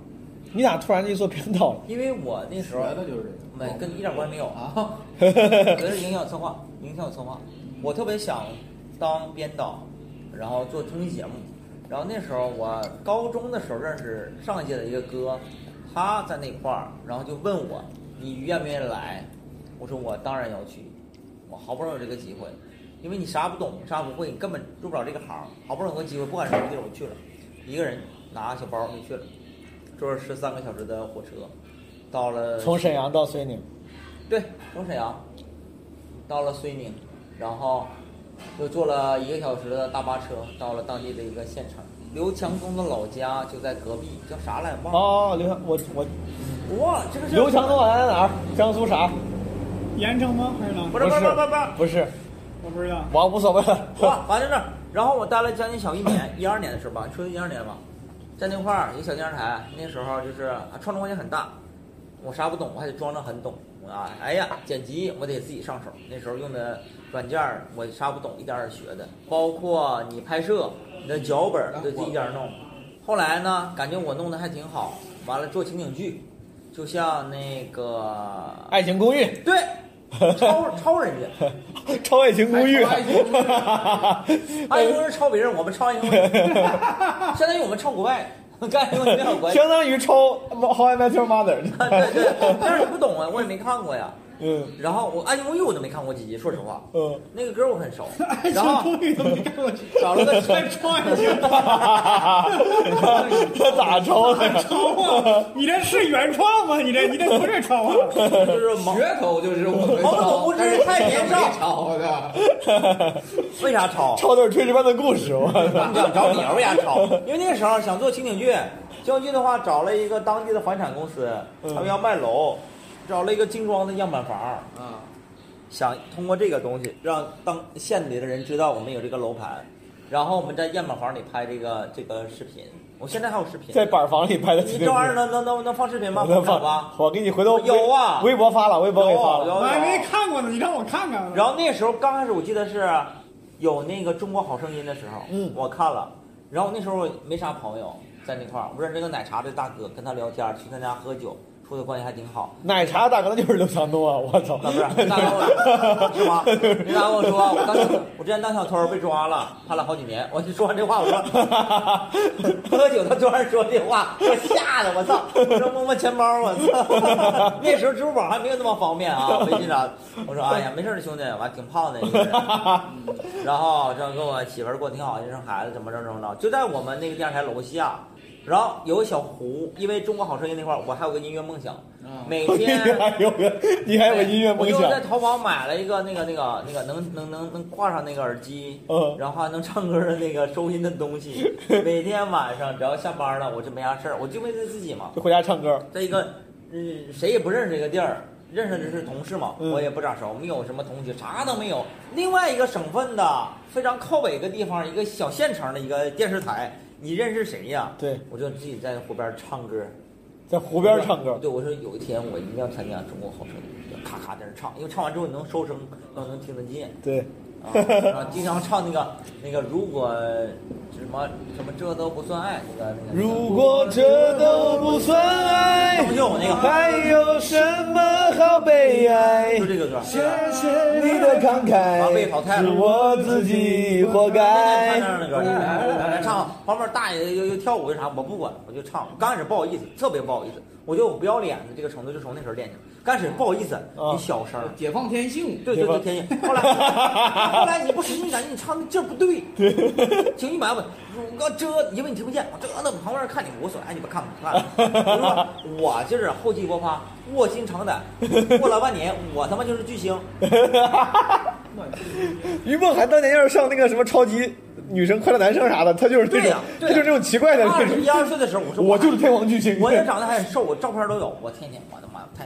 Speaker 11: 你咋突然这一做偏倒了？
Speaker 5: 因为我那时候
Speaker 9: 学的就是这
Speaker 5: 没
Speaker 9: 个
Speaker 5: 跟你一点关系没有啊，我是营销策划，营销策划，我特别想当编导，然后做综艺节目，然后那时候我高中的时候认识上一届的一个哥，他在那块儿，然后就问我你愿不愿意来，我说我当然要去，我好不容易有这个机会，因为你啥不懂啥不会，你根本入不了这个行，好不容易有个机会，不管什么地儿我去了，一个人拿小包就去了。坐十三个小时的火车，到了
Speaker 11: 从沈阳到遂宁，
Speaker 5: 对，从沈阳到了遂宁，然后又坐了一个小时的大巴车到了当地的一个县城。刘强东的老家就在隔壁，叫啥来忘了。
Speaker 11: 哦，刘强，我我
Speaker 5: 我忘了这个是
Speaker 11: 刘强东啊好像在哪儿？江苏啥？
Speaker 7: 盐城吗？还是哪儿？
Speaker 5: 不是不是不是不是
Speaker 11: 不是，
Speaker 7: 我不知道。
Speaker 11: 我无所谓了。
Speaker 5: 哇，完了那儿，然后我待了将近小一年，一二年的时候吧，你说一二年吧，在那块儿一个小电视台，那时候就是啊，创作空间很大，我啥不懂，我还得装着很懂，我啊，哎呀，剪辑我得自己上手，那时候用的软件儿我啥不懂，一点儿点儿学的，包括你拍摄，你的脚本儿都自己一点儿弄，后来呢，感觉我弄得还挺好，完了做情景剧，就像那个《
Speaker 11: 爱情公寓》
Speaker 5: 对。超超人家，
Speaker 11: 超爱情公寓，啊
Speaker 5: 爱 情公寓， 爱情公寓抄别哎人，我们抄爱情公寓， 相当于我们抄国外，跟爱情公寓没有关系。
Speaker 11: 相当于超《How I Met Your Mother》。
Speaker 5: 对对，但是不懂啊，我也没看过呀。
Speaker 11: 嗯，
Speaker 5: 然后我《爱情公寓》我都没看过几集，说实话。
Speaker 11: 嗯，
Speaker 5: 那个歌 我很熟。
Speaker 7: 爱情
Speaker 5: 然后
Speaker 7: 公寓都没看过，
Speaker 5: 找 了个
Speaker 7: 还抄爱 情，
Speaker 5: 嗯
Speaker 11: 他 咋抄的？
Speaker 7: 抄啊！你这是原创吗？你这你这不是抄啊？
Speaker 5: 就是
Speaker 9: 噱头，就是我 们
Speaker 5: 懵
Speaker 11: 哦
Speaker 5: 懂无知太年少
Speaker 9: 抄的。
Speaker 5: 为啥抄？
Speaker 11: 抄的是《炊事班的故事》，我
Speaker 5: 你想找你为啥抄？因为那个时候想做情景剧，情景剧的话找了一个当地的房产公司，他
Speaker 7: 嗯
Speaker 5: 们要卖楼，找了一个精装的样板房，
Speaker 9: 啊，
Speaker 5: 想通过这个东西让当县里的人知道我们有这个楼盘，然后我们在样板房里拍这个这个视频。我现在还有视 频，
Speaker 11: 在板房里拍的。
Speaker 5: 你这玩意 儿能能能能放视频吗？
Speaker 11: 能
Speaker 5: 不吧
Speaker 11: 放？？我给你回头
Speaker 5: 有啊
Speaker 11: 微博发了，微博给发
Speaker 5: 有啊
Speaker 11: 了。
Speaker 5: 有
Speaker 7: 我还没看过呢，你让我看看。
Speaker 5: 然后那时候刚开始我记得是有那个《中国好声音》的时候，
Speaker 11: 嗯
Speaker 5: 我看了。然后那时候我没啥朋友在那块儿，我认识个奶茶的大哥，跟他聊天，去他家喝酒，处的关系还挺好。
Speaker 11: 奶茶大哥那就是刘强东啊！我操，
Speaker 5: 那不是，那跟我 是 吗？那大哥跟我说，我当时我之前当小偷被抓了，判了好几年。我就说完这话，我说 喝酒，他突然说这话，我吓得我操！我说摸摸钱包，我操！ 那时候支付宝还没有那么方便啊，微信啥的？我说哎呀，没事的，兄弟，我还挺胖的。你 这人嗯然后这跟我媳妇儿过得挺好，就生孩子，怎么着怎么着，就在我们那个电视台楼下。然后有个小湖，因为中国好声音那块儿，我还有个音乐梦想，每天
Speaker 11: 你还有个，你还有个音乐
Speaker 5: 我
Speaker 11: 梦
Speaker 5: 就
Speaker 11: 想
Speaker 5: 在。淘宝买了一个那个那个那个能能能能挂上那个耳机，
Speaker 11: 嗯
Speaker 5: 然后还能唱歌的那个收音的东 西。每天晚上只要下班了，我就没啥事儿，我就为了自己嘛。
Speaker 11: 就回家唱歌，
Speaker 5: 在一个嗯谁也不认识一个地儿，认识的是同事嘛，
Speaker 11: 嗯
Speaker 5: 我也不咋熟，没有什么同学，啥都没有。另外一个省份的非常靠北一个地方，一个小县城的一个电视台，你认识谁呀？
Speaker 11: 对，
Speaker 5: 我就自己在湖边唱歌。
Speaker 11: 在湖边唱歌。
Speaker 5: 对，我说有一天我一定要参加《中国好声音》，就咔咔在那唱，因为唱完之后你能收声，能能听得见。
Speaker 11: 对，
Speaker 5: 啊，然后经常唱那个那个，如果什么什么这都不算爱，那个那个。
Speaker 11: 如果这都不算爱，还有什么好悲哀？
Speaker 5: 就这个歌。
Speaker 11: 谢谢你的慷慨，是我自己活该
Speaker 5: 唱。那样的歌，你来来来来唱，旁边大爷又又跳舞又啥，我不管，我就唱。刚开始不好意思，特别不好意思，我觉得我不要脸的这个程度就从那时候练起来。刚开始不好意思，你小声，
Speaker 9: 解放天性，
Speaker 5: 对对对，天意。后来， 后来你不使劲感觉你唱的劲儿不对，情绪满满。如果这，因为你听不见，我这那旁边人看你无所谓，哎，你们看不看？我说我就是厚积薄发，卧薪尝胆，过了半年，我他妈就是 巨星。
Speaker 11: 于梦涵当年要是上那个什么超级女生、快乐男生啥的，她就是那
Speaker 5: 对
Speaker 11: 种
Speaker 5: 呀，
Speaker 11: 她
Speaker 5: 对
Speaker 11: 啊
Speaker 5: 呀
Speaker 11: 就是那种奇怪的那
Speaker 5: 二十一二
Speaker 11: 种。
Speaker 5: 岁的时候，我说
Speaker 11: 我就是天王巨星。
Speaker 5: 我也长得还很瘦，我照片都有。我天天，我的妈，太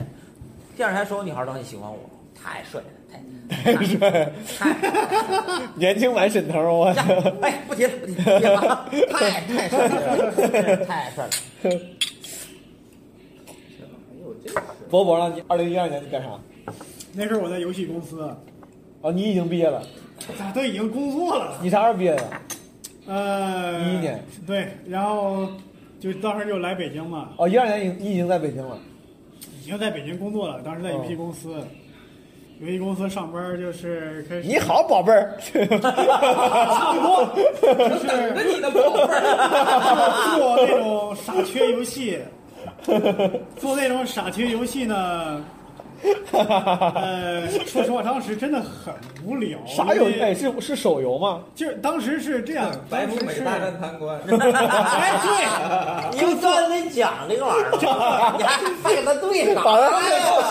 Speaker 5: 电视台所有女孩都很喜欢我，太帅了，太
Speaker 11: 太帅，年轻版沈腾，我操！
Speaker 5: 哎，不提了，不提了，别了，太太帅了，太帅了。
Speaker 11: 博博呢？你二零一二年你干啥？
Speaker 7: 那时候我在游戏公司，
Speaker 11: 哦，你已经毕业了，
Speaker 7: 咋都已经工作了。
Speaker 11: 你啥时候毕业的？
Speaker 7: 呃，
Speaker 11: 一一年。
Speaker 7: 对，然后就当时就来北京嘛，
Speaker 11: 哦，一二年你你已经在北京了，哦
Speaker 7: 已经在北京工作了，当时在游戏公司，游戏公司上班就是开始。
Speaker 11: 你好，宝贝儿，
Speaker 7: 差不多，就是
Speaker 9: 等着你的宝贝
Speaker 7: 儿，做那种傻缺游戏，做那种傻缺游戏呢，呃，说实话，当时真的很无聊。
Speaker 11: 啥游
Speaker 7: 因
Speaker 11: 戏？
Speaker 7: 为
Speaker 11: 哎，是是手游吗？
Speaker 7: 就是当时是这样，
Speaker 9: 白
Speaker 7: 当
Speaker 9: 富
Speaker 7: 时
Speaker 9: 美
Speaker 7: 是
Speaker 9: 大战贪官，
Speaker 5: 哎，对，你就专门讲这个玩意儿，你还配合对上，
Speaker 9: 好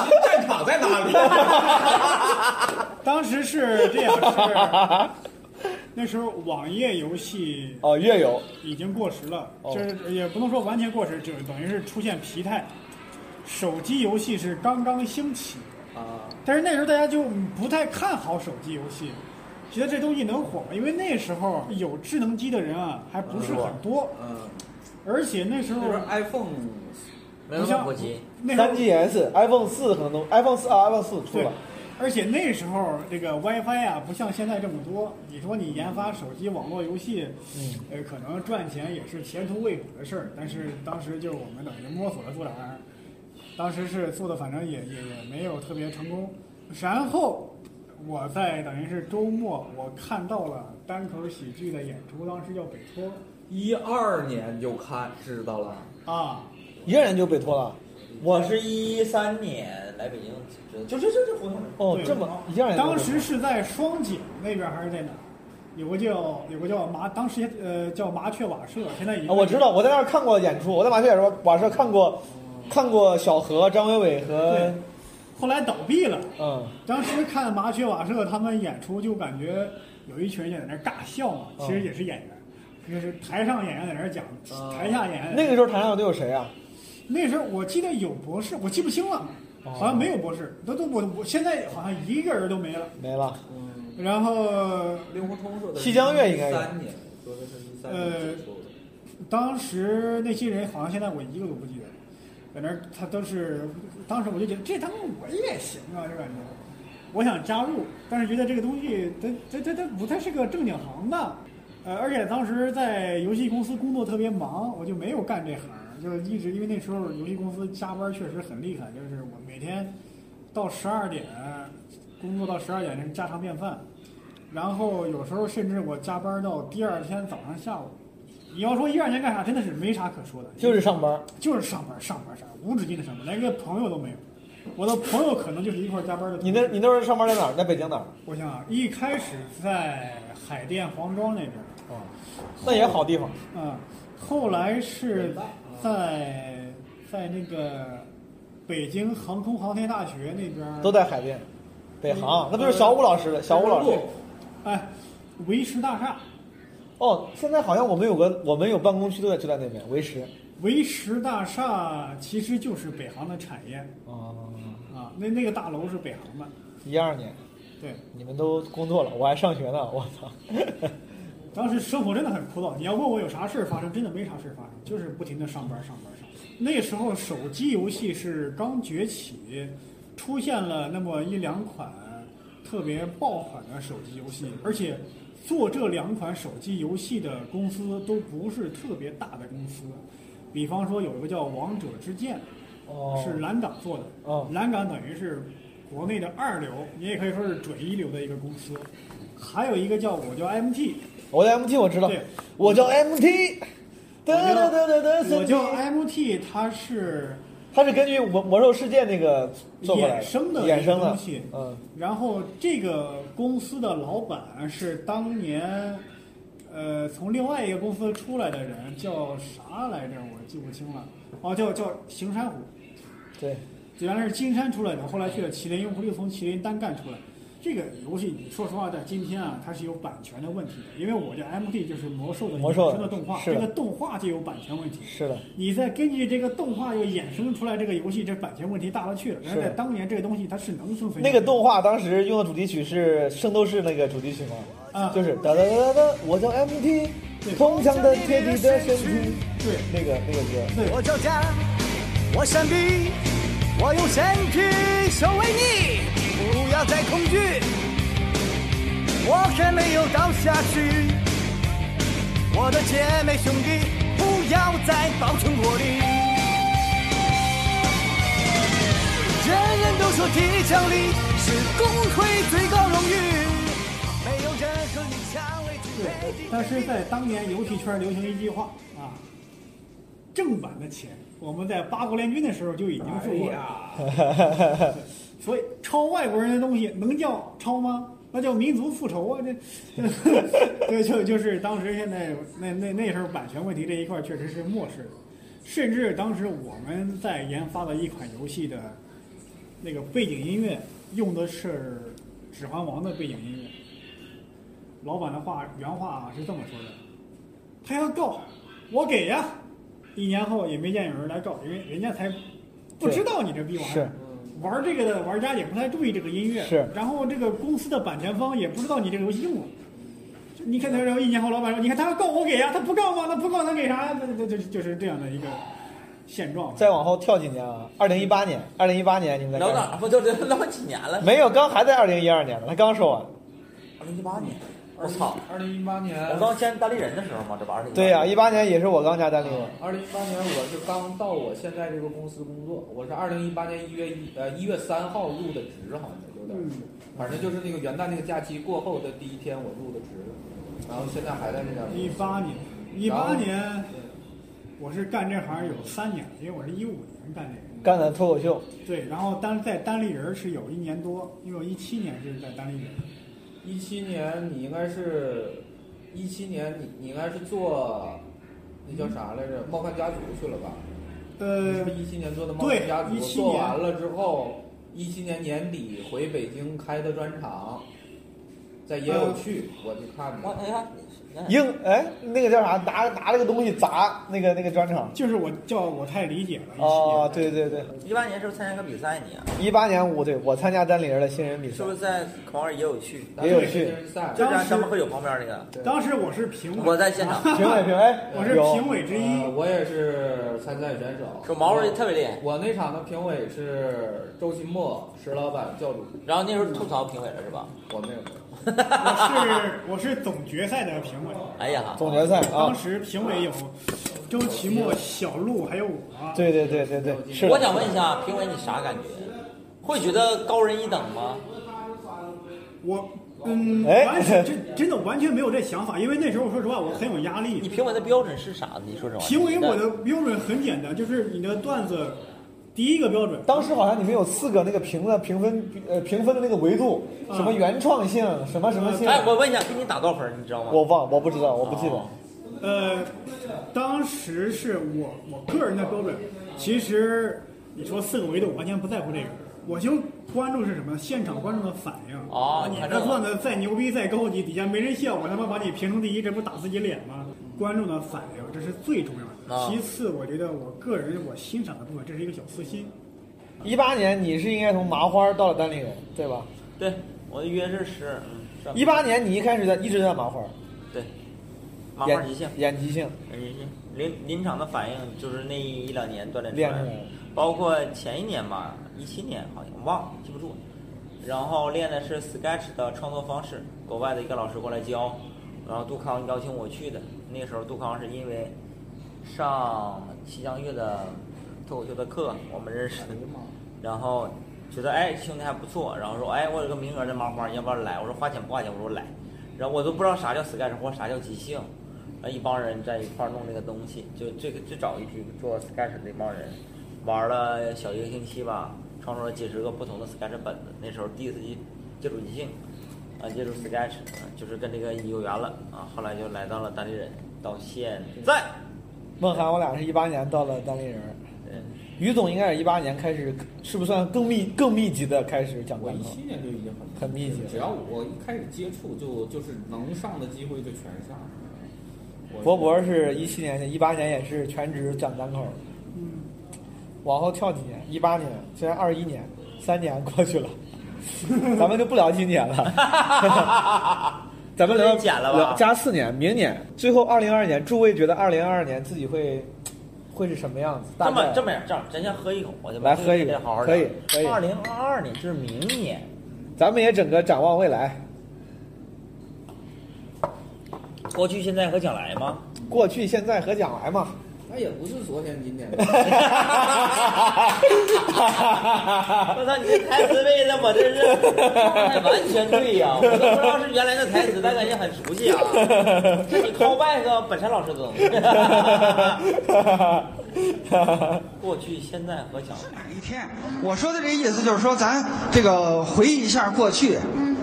Speaker 9: 奇战场在哪
Speaker 7: 里？当时是这样，是那时候网页游戏
Speaker 11: 哦，月游
Speaker 7: 已经过时了，
Speaker 11: 哦
Speaker 7: 就是也不能说完全过时，就等于是出现疲态。手机游戏是刚刚兴起，
Speaker 11: 啊，
Speaker 7: 但是那时候大家就不太看好手机游戏，觉得这东西能火吗？因为那时候有智能机的人啊，还不是很多，
Speaker 9: 嗯，
Speaker 7: 而且那时候
Speaker 9: 那时候 iPhone
Speaker 7: 没有那么普及那时候
Speaker 11: 三 GS、iPhone 四可能都 iPhone 四啊 iPhone 四出
Speaker 7: 对
Speaker 11: 了，，
Speaker 7: 而且那时候这个 WiFi 啊，不像现在这么多。你说你研发手机网络游戏，呃，可能赚钱也是前途未卜的事儿。但是当时就是我们等于摸索着做这玩意儿，当时是做的，反正也也也没有特别成功。然后我在等于是周末，我看到了单口喜剧的演出，当时叫北托
Speaker 9: 一二年就看知道了，
Speaker 7: 啊，
Speaker 11: 一二年就被拖了。
Speaker 5: 我是一三年来北京，就就就就胡同里。
Speaker 11: 哦
Speaker 7: 对当时是在双井那边还是在哪儿？有个叫有个叫麻，当时呃叫麻雀瓦舍，现在已经、
Speaker 11: 啊，我知道，我在那儿看过演出，我在麻雀演出瓦舍看过，看过小何、张伟伟和
Speaker 7: 对，后来倒闭了。
Speaker 11: 嗯，
Speaker 7: 当时看麻雀瓦舍他们演出，就感觉有一群人在那儿尬笑嘛，
Speaker 11: 嗯
Speaker 7: 其实也是演员，就是台上演员在那儿讲，台下演员
Speaker 11: 那个时候台上都有谁啊？
Speaker 7: 哎那时候我记得有博士，我记不清了，
Speaker 11: 哦
Speaker 7: 好像没有博士，都都我我现在好像一个人都没了。
Speaker 11: 没了。
Speaker 9: 嗯
Speaker 7: 然后
Speaker 9: 令狐冲说的
Speaker 11: 西江月应该有
Speaker 9: 三年，说的是一三
Speaker 7: 呃
Speaker 9: 年结束的。
Speaker 7: 当时那些人好像现在我一个都不记得，在那儿他都是，当时我就觉得这他妈我也行啊，这感觉，我想加入，但是觉得这个东西它它它它不太是个正经行当，呃，而且当时在游戏公司工作特别忙，我就没有干这行，就是一直因为那时候游戏公司加班确实很厉害，就是我每天到十二点工作到十二点是家常便饭，然后有时候甚至我加班到第二天早上下午。你要说一二年干啥，真的是没啥可说的，
Speaker 11: 就是上班，
Speaker 7: 就是上班，上班，上班，无止境的上班，连个朋友都没有。我的朋友可能就是一块儿加班的。
Speaker 11: 你那你那时候上班在哪儿？在北京哪儿？
Speaker 7: 我想啊一开始在海淀黄庄那边，
Speaker 11: 哦，那也好地方。
Speaker 7: 嗯，后来是在在那个北京航空航天大学那边儿
Speaker 11: 都在海淀，北
Speaker 7: 嗯
Speaker 11: 航，那不就是小武老师的？小武老师，
Speaker 7: 哎，维石大厦，
Speaker 11: 哦，现在好像我们有个，我们有办公区都在就在那边，维持。
Speaker 7: 维石大厦其实就是北航的产业
Speaker 11: 哦，
Speaker 7: 啊，那那个大楼是北航的，
Speaker 11: 一二年，
Speaker 7: 对，
Speaker 11: 你们都工作了，我还上学呢，我操！
Speaker 7: 当时生活真的很枯燥。你要问我有啥事儿发生，真的没啥事儿发生，就是不停的上班上班上班。那时候手机游戏是刚崛起，出现了那么一两款特别爆款的手机游戏，而且做这两款手机游戏的公司都不是特别大的公司。比方说有一个叫《王者之剑》，
Speaker 11: 哦
Speaker 7: 是蓝港做的，蓝港等于是国内的二流，你也可以说是准一流的一个公司。还有一个叫我叫 MT，
Speaker 11: 我叫 MT，我知道
Speaker 7: 对，
Speaker 11: 我叫 MT，
Speaker 7: 我
Speaker 11: 得得得得
Speaker 7: 叫
Speaker 11: 得，
Speaker 7: 我叫 MT，它是
Speaker 11: 它是根据《魔魔兽世界》那个做过
Speaker 7: 衍
Speaker 11: 来
Speaker 7: 生的
Speaker 11: 衍生
Speaker 7: 一个
Speaker 11: 的
Speaker 7: 东西，
Speaker 11: 嗯，
Speaker 7: 然后这个公司的老板是当年，呃，从另外一个公司出来的人，叫啥来着？我记不清了。哦，叫叫邢山虎，
Speaker 11: 对，
Speaker 7: 原来是金山出来的，后来去了麒麟，又不是从麒麟单干出来。这个游戏，你说实话，在今天啊，它是有版权的问题的，因为我这 MT 就是魔兽的
Speaker 11: 魔兽
Speaker 7: 衍生哦的动画，
Speaker 11: 是
Speaker 7: 这
Speaker 11: 的
Speaker 7: 个动画就有版权问题。
Speaker 11: 是的，
Speaker 7: 你再根据这个动画又衍生出来这个游戏，这版权问题大了去了。但是在当年，这个东西它是能生存的。
Speaker 11: 那个动画当时用的主题曲是《圣斗士》那个主题曲
Speaker 7: 啊
Speaker 11: 吗？就是哒哒哒哒哒，我叫 MT，铜墙的铁壁的身体，
Speaker 7: 对，
Speaker 11: 那个那个
Speaker 19: 我
Speaker 11: 歌，
Speaker 19: 叫家，我闪避，我用身体守卫你，不要再恐惧，我还没有倒下去，我的姐妹兄弟，不
Speaker 17: 要再保存活力。人人都说体操力是工会最高荣誉，没有任何一项为自己。
Speaker 7: 但是在当年游戏圈流行一句话啊，正版的钱，我们在八国联军的时候就已经付过
Speaker 11: 哎
Speaker 7: 了。 所以抄外国人的东西能叫抄吗？那叫民族复仇啊！这， 这就就是当时现在那那那时候版权问题这一块确实是漠视的，甚至当时我们在研发的一款游戏的那个背景音乐用的是《指环王》的背景音乐。老板的话原话啊是这么说的：“他要告，我给呀。”一年后也没见有人来告，因为人家才不知道你这逼玩意
Speaker 11: 是
Speaker 7: 儿。玩这个的玩家也不太注意这个音乐，
Speaker 11: 是
Speaker 7: 然后这个公司的版权方也不知道你这个游戏用了。就你看他，然后一年后老板说：“你看他要告我给呀，啊他不告吗？他不告他给啥呀？”这这这就是这样的一个现状。
Speaker 11: 再往后跳几年啊，二零一八年，二零一八年你们在
Speaker 5: 聊
Speaker 11: 干
Speaker 5: 哪
Speaker 11: 啥
Speaker 5: 儿？不就聊聊几年了？
Speaker 11: 没有，刚还在二零一二年呢，他刚说完。
Speaker 5: 二零一八年，我操！
Speaker 9: 二零一八年，
Speaker 5: 我刚见单立人的时候嘛，这不二零
Speaker 11: 对呀、一八年也是我刚加单立人。
Speaker 9: 二零一八年我是刚到我现在这个公司工作，我是二零一八年一月一呃一月三号入的职，好像是有点
Speaker 7: 嗯
Speaker 9: 儿是，反正就是那个元旦那个假期过后的第一天我入的职，然后现在还在那边。
Speaker 7: 一八年，一八年，我是干这行有三年，因为我是一五年干这个。
Speaker 5: 嗯
Speaker 11: 干的脱口秀，
Speaker 7: 对，然后单在单立人是有一年多，因为我一七年是在单立人。
Speaker 9: 一七年你应该是，一七年你你应该是做，那叫啥来着？猫看家族去了吧？
Speaker 7: 呃，
Speaker 9: 一七年做的猫
Speaker 7: 对
Speaker 9: 看家，族
Speaker 7: 一七
Speaker 9: 做完
Speaker 7: 年
Speaker 9: 了之后，一七年年底回北京开的专场，在也有趣，我去看的。
Speaker 5: 哎呀，
Speaker 11: 硬哎，那个叫啥？拿拿了个东西砸那个那个专场。
Speaker 7: 就是我叫我太理解了。
Speaker 11: 哦，对对对，
Speaker 5: 一八年是不是参加个比赛你、啊
Speaker 11: 一八年我对我参加单立人的新人比
Speaker 5: 是
Speaker 11: 赛
Speaker 5: 不，是在孔二也有去？
Speaker 11: 也有去
Speaker 5: 就是
Speaker 9: 呃
Speaker 7: 当时
Speaker 5: 咱们会有旁边那个。
Speaker 7: 当时我是评委，
Speaker 5: 我在现场
Speaker 11: 评委评委
Speaker 7: 我是评 委之一。
Speaker 9: 呃我也是参赛选手。
Speaker 5: 说毛主席特别厉害
Speaker 9: 我那场的评委是周新墨、石老板、教主。
Speaker 5: 然后那时候吐槽评委了是吧？
Speaker 9: 我没有。
Speaker 7: 我是我是总决赛的评委。
Speaker 5: 哎呀，
Speaker 11: 总决赛啊
Speaker 7: 当时评委有周奇墨、小鹿还有我。
Speaker 11: 对对对对对，是的。
Speaker 5: 我想问一下评委你啥感觉？会觉得高人一等吗？
Speaker 7: 我嗯，
Speaker 5: 哎
Speaker 7: 完全真真的完全没有这想法，因为那时候说实话我很有压力。
Speaker 5: 你评委的标准是啥呢？你说实话。
Speaker 7: 评委我的标准很简单，就是你的段子第一个标准。
Speaker 11: 当时好像你们有四个那个评的评分呃评分的那个维度，
Speaker 7: 啊
Speaker 11: 什么原创性，什么什么性。
Speaker 5: 哎，我问一下，给你打多少分儿？你知道吗？
Speaker 11: 我忘，我不知道，我不记
Speaker 7: 哦
Speaker 11: 得。
Speaker 7: 呃，当时是我我个人的标准，其实你说四个维度，我完全不在乎这个，我就关注是什么，现场观众的反应。
Speaker 5: 哦
Speaker 7: 你
Speaker 5: 你看这
Speaker 7: 这
Speaker 5: 个
Speaker 7: 段子再牛逼再高级，底下没人笑，我他妈把你评成第一，这不打自己脸吗？观众的反应这是最重要
Speaker 5: 嗯
Speaker 7: 的。
Speaker 11: 啊
Speaker 7: 其次，我觉得我个人我欣赏的部分，这是一个小私心。
Speaker 11: 一八年你是应该从麻花到了单立人，对吧？
Speaker 5: 对，我的约是十，嗯，
Speaker 11: 一八年你一开始在一直在麻花，
Speaker 5: 对，麻花
Speaker 11: 演
Speaker 5: 即兴，
Speaker 11: 演即兴，
Speaker 5: 演即兴，哎临临场的反应就是那一两年锻炼出
Speaker 11: 练
Speaker 5: 来
Speaker 11: 出
Speaker 5: 的
Speaker 11: 来了，
Speaker 5: 包括前一年吧，一七年好像我忘了，记不住。然后练的是 Sketch 的创作方式，国外的一个老师过来教，然后杜康邀请我去的。那个时候杜康是因为上西江月的脱口秀的课，我们认识的。然后觉得哎兄弟还不错，然后说哎我有个名额在麻花，你要不要来？我说花钱不花钱，我说来。然后我都不知道啥叫 Sketch 或啥叫即兴，然后一帮人在一块儿弄这个东西，就这个最早一批做 Sketch 的那帮人，玩了小一个星期吧，创作了几十个不同的 Sketch 本子。那时候第一次接接触即兴，啊接触 Sketch，、啊、就是跟这个有缘了啊。后来就来到了当地人，到现在。
Speaker 11: 梦涵我俩是一八年到了单立人。于总应该是一八年开始，是不是算更密更密集的开始讲
Speaker 9: 我
Speaker 11: 单
Speaker 9: 一
Speaker 11: 口
Speaker 9: 七？年就已经很
Speaker 11: 很密集
Speaker 9: 只要我一开始接触就就是能上的机会就全上。
Speaker 11: 博博是一七年，一八年也是全职讲单口。
Speaker 7: 嗯，
Speaker 11: 往后跳几年，一八年，现在二一年，三年过 去了，咱们就不聊今年了，咱们聊
Speaker 5: 真剪了吧
Speaker 11: 聊加四年，明年最后二零二年，诸位觉得二零二二年自己会会是什么样子？大
Speaker 5: 这么
Speaker 11: 概
Speaker 5: 这么样，这样，咱先喝一口，我就
Speaker 11: 来喝一
Speaker 5: 个，
Speaker 11: 个
Speaker 5: 好好
Speaker 11: 可以可以
Speaker 5: 二零二二年就是明年，
Speaker 11: 咱们也整个展望未来，
Speaker 5: 过去、现在和将来吗？
Speaker 11: 过去、现在和将来嘛。
Speaker 9: 那也不是昨天今 天的。
Speaker 5: 我操，你这台词背的我真是那完全对呀、我都不知道是原来的台词，但感觉很熟悉啊。这你 call back 啊本山 老师都能。过去、现在和将来。
Speaker 20: 一天，我说的这意思就是说，咱这个回忆一下过去，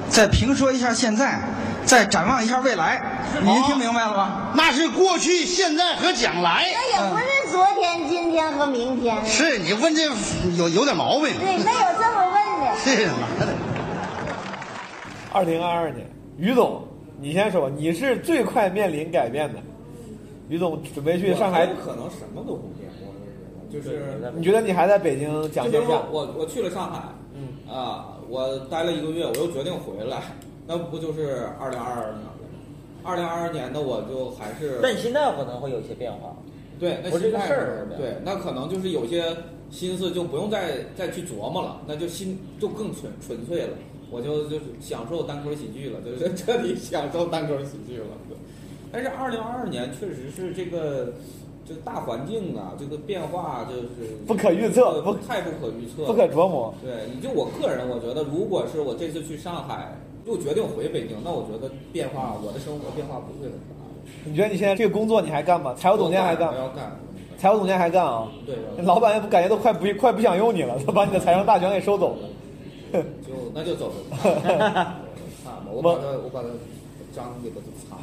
Speaker 20: 再评说一下现在，再展望一下未来。您听明白了吗？那是过去、现在和将来
Speaker 21: 那哎也不是昨天、今天和明天。
Speaker 22: 是你问这有有点毛病。
Speaker 21: 对，没有这么问的。
Speaker 22: 这他妈的！
Speaker 11: 二零二二年，于总，你先说，你是最快面临改变的。于总准备去上海
Speaker 9: 我，可能什么都不变，我是觉得，就是
Speaker 11: 你觉得你还在北京讲
Speaker 9: 就比
Speaker 11: 线
Speaker 9: 如
Speaker 11: 下
Speaker 9: 说？我我去了上海，嗯啊，我待了一个月，我又决定回来，那不就是二零二二年？二零二二年的我就还是
Speaker 5: 但现在可能会有一些变化。
Speaker 9: 对，那
Speaker 5: 我这
Speaker 9: 心
Speaker 5: 个
Speaker 9: 态
Speaker 5: 事儿。
Speaker 9: 是对，那可能就是有些心思就不用再再去琢磨了，那就心就更纯纯粹了，我就就是享受单口喜剧了，就是 彻底享受单口喜剧了。对但是二零二二年确实是这个。这个大环境啊，这个变化就是
Speaker 11: 不可预测
Speaker 9: 不太不可预测，
Speaker 11: 不可琢磨
Speaker 9: 对，你就我个人，我觉得，如果是我这次去上海，又决定回北京，那我觉得变化，我的生活变化不会很大。
Speaker 11: 你觉得你现在这个工作你还干吗？财务总监还干
Speaker 9: 不？要干，
Speaker 11: 财务总监还干啊？
Speaker 9: 对吧？
Speaker 11: 老板也不感觉都快不快不想用你了，他把你的财政大权给收走了。
Speaker 9: 就那就走吧。看吧，我把它我把它章给它擦了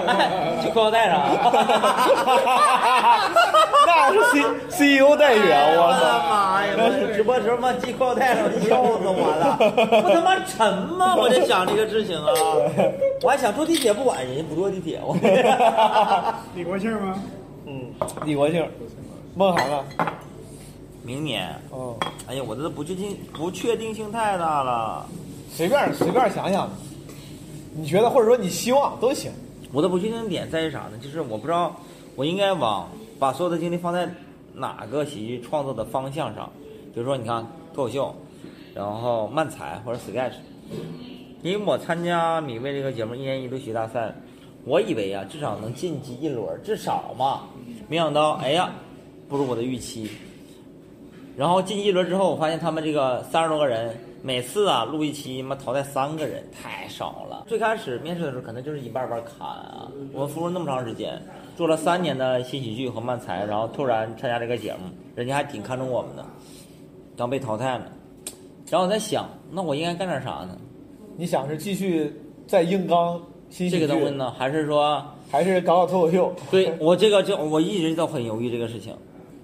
Speaker 5: 去裤腰带上
Speaker 11: 那是 C CEO 待遇啊！我
Speaker 5: 哎我的
Speaker 11: 操！
Speaker 5: 妈呀！我直播时候嘛系裤腰带上，笑死我 了！不他妈沉吗？我就想这个事情啊，我还想坐地铁不管人家不坐地铁， 我
Speaker 7: 李国庆吗？
Speaker 5: 嗯，
Speaker 11: 李国庆，孟涵啊，
Speaker 5: 明年，
Speaker 11: 哦，
Speaker 5: 哎呀，我这不确定不确定性太大了，
Speaker 11: 随便随便想想，你觉得或者说你希望都行。
Speaker 5: 我的不确定点在于啥呢？就是我不知道我应该往把所有的精力放在哪个喜剧创作的方向上，比如说你看脱口秀，然后漫才或者 sketch。因为我参加米未这个节目一年一度喜剧大赛，我以为啊至少能晋级一轮，至少嘛，没想到哎呀不如我的预期。然后晋级一轮之后，我发现他们这个三十多个人，每次啊录一期，妈淘汰三个人，太少了。最开始面试的时候，可能就是一半儿半儿砍啊。我们付出那么长时间，做了三年的新喜剧和漫才，然后突然参加这个节目，人家还挺看重我们的，然后被淘汰了。然后我在想，那我应该干点啥呢？
Speaker 11: 你想是继续在硬刚新喜
Speaker 5: 这
Speaker 11: 剧
Speaker 5: 个东西呢，还是说
Speaker 11: 还是搞搞脱口秀？
Speaker 5: 对我这个就我一直都很犹豫这个事情，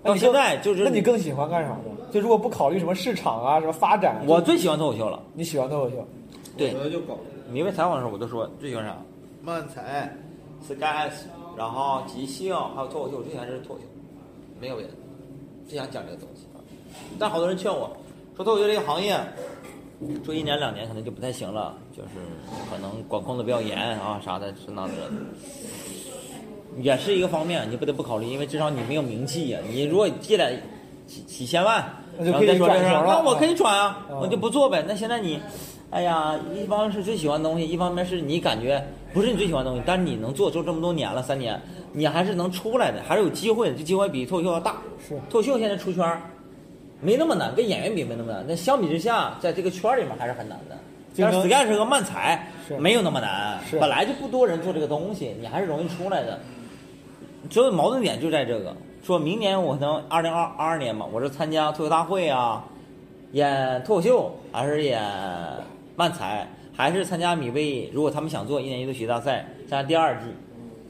Speaker 11: 那
Speaker 5: 到
Speaker 11: 你
Speaker 5: 现
Speaker 11: 更
Speaker 5: 在就是
Speaker 11: 那你更喜欢干啥呢？就如果不考虑什么市场啊、什么发展，
Speaker 5: 我最喜欢脱口秀了。
Speaker 11: 你喜欢脱口秀？
Speaker 5: 对，
Speaker 9: 我就搞。
Speaker 5: 你问采访的时候，我就说最喜欢啥？漫才、sketch，然后即兴，还有脱口秀。我最喜欢是脱口秀，没有别的，最想讲这个东西。但好多人劝我说，脱口秀这个行业做一年两年可能就不太行了，就是可能管控的比较严啊啥的，这那的。也是一个方面，你不得不考虑，因为至少你没有名气呀、你如果借来几几千万，
Speaker 11: 那就
Speaker 5: 然
Speaker 11: 可
Speaker 5: 后
Speaker 11: 以
Speaker 5: 再说这
Speaker 11: 转
Speaker 5: 事
Speaker 11: 型
Speaker 5: 儿，
Speaker 11: 了
Speaker 5: 那我可以转啊，
Speaker 11: 嗯
Speaker 5: 我就不做呗。那现在你，哎呀，一方面是最喜欢的东西，一方面是你感觉不是你最喜欢的东西，但是你能做，做这么多年了，三年，你还是能出来的，还是有机会的。这机会比脱口秀要大。是脱口秀现在出圈儿没那么难，跟演员比没那么难。那相比之下，在这个圈儿里面还是很难的。
Speaker 11: 竞
Speaker 5: 但
Speaker 11: 争
Speaker 5: 是 sketch 和漫才
Speaker 11: 是
Speaker 5: 没有那么难，
Speaker 11: 是
Speaker 5: 本来就不多人做这个东西，你还是容易出来的。所以矛盾点就在这个，说明年我可能二零二二年嘛，我是参加脱口大会啊，演脱口秀，还是演漫才，还是参加米未？如果他们想做一年一度喜剧大赛，参加第二季，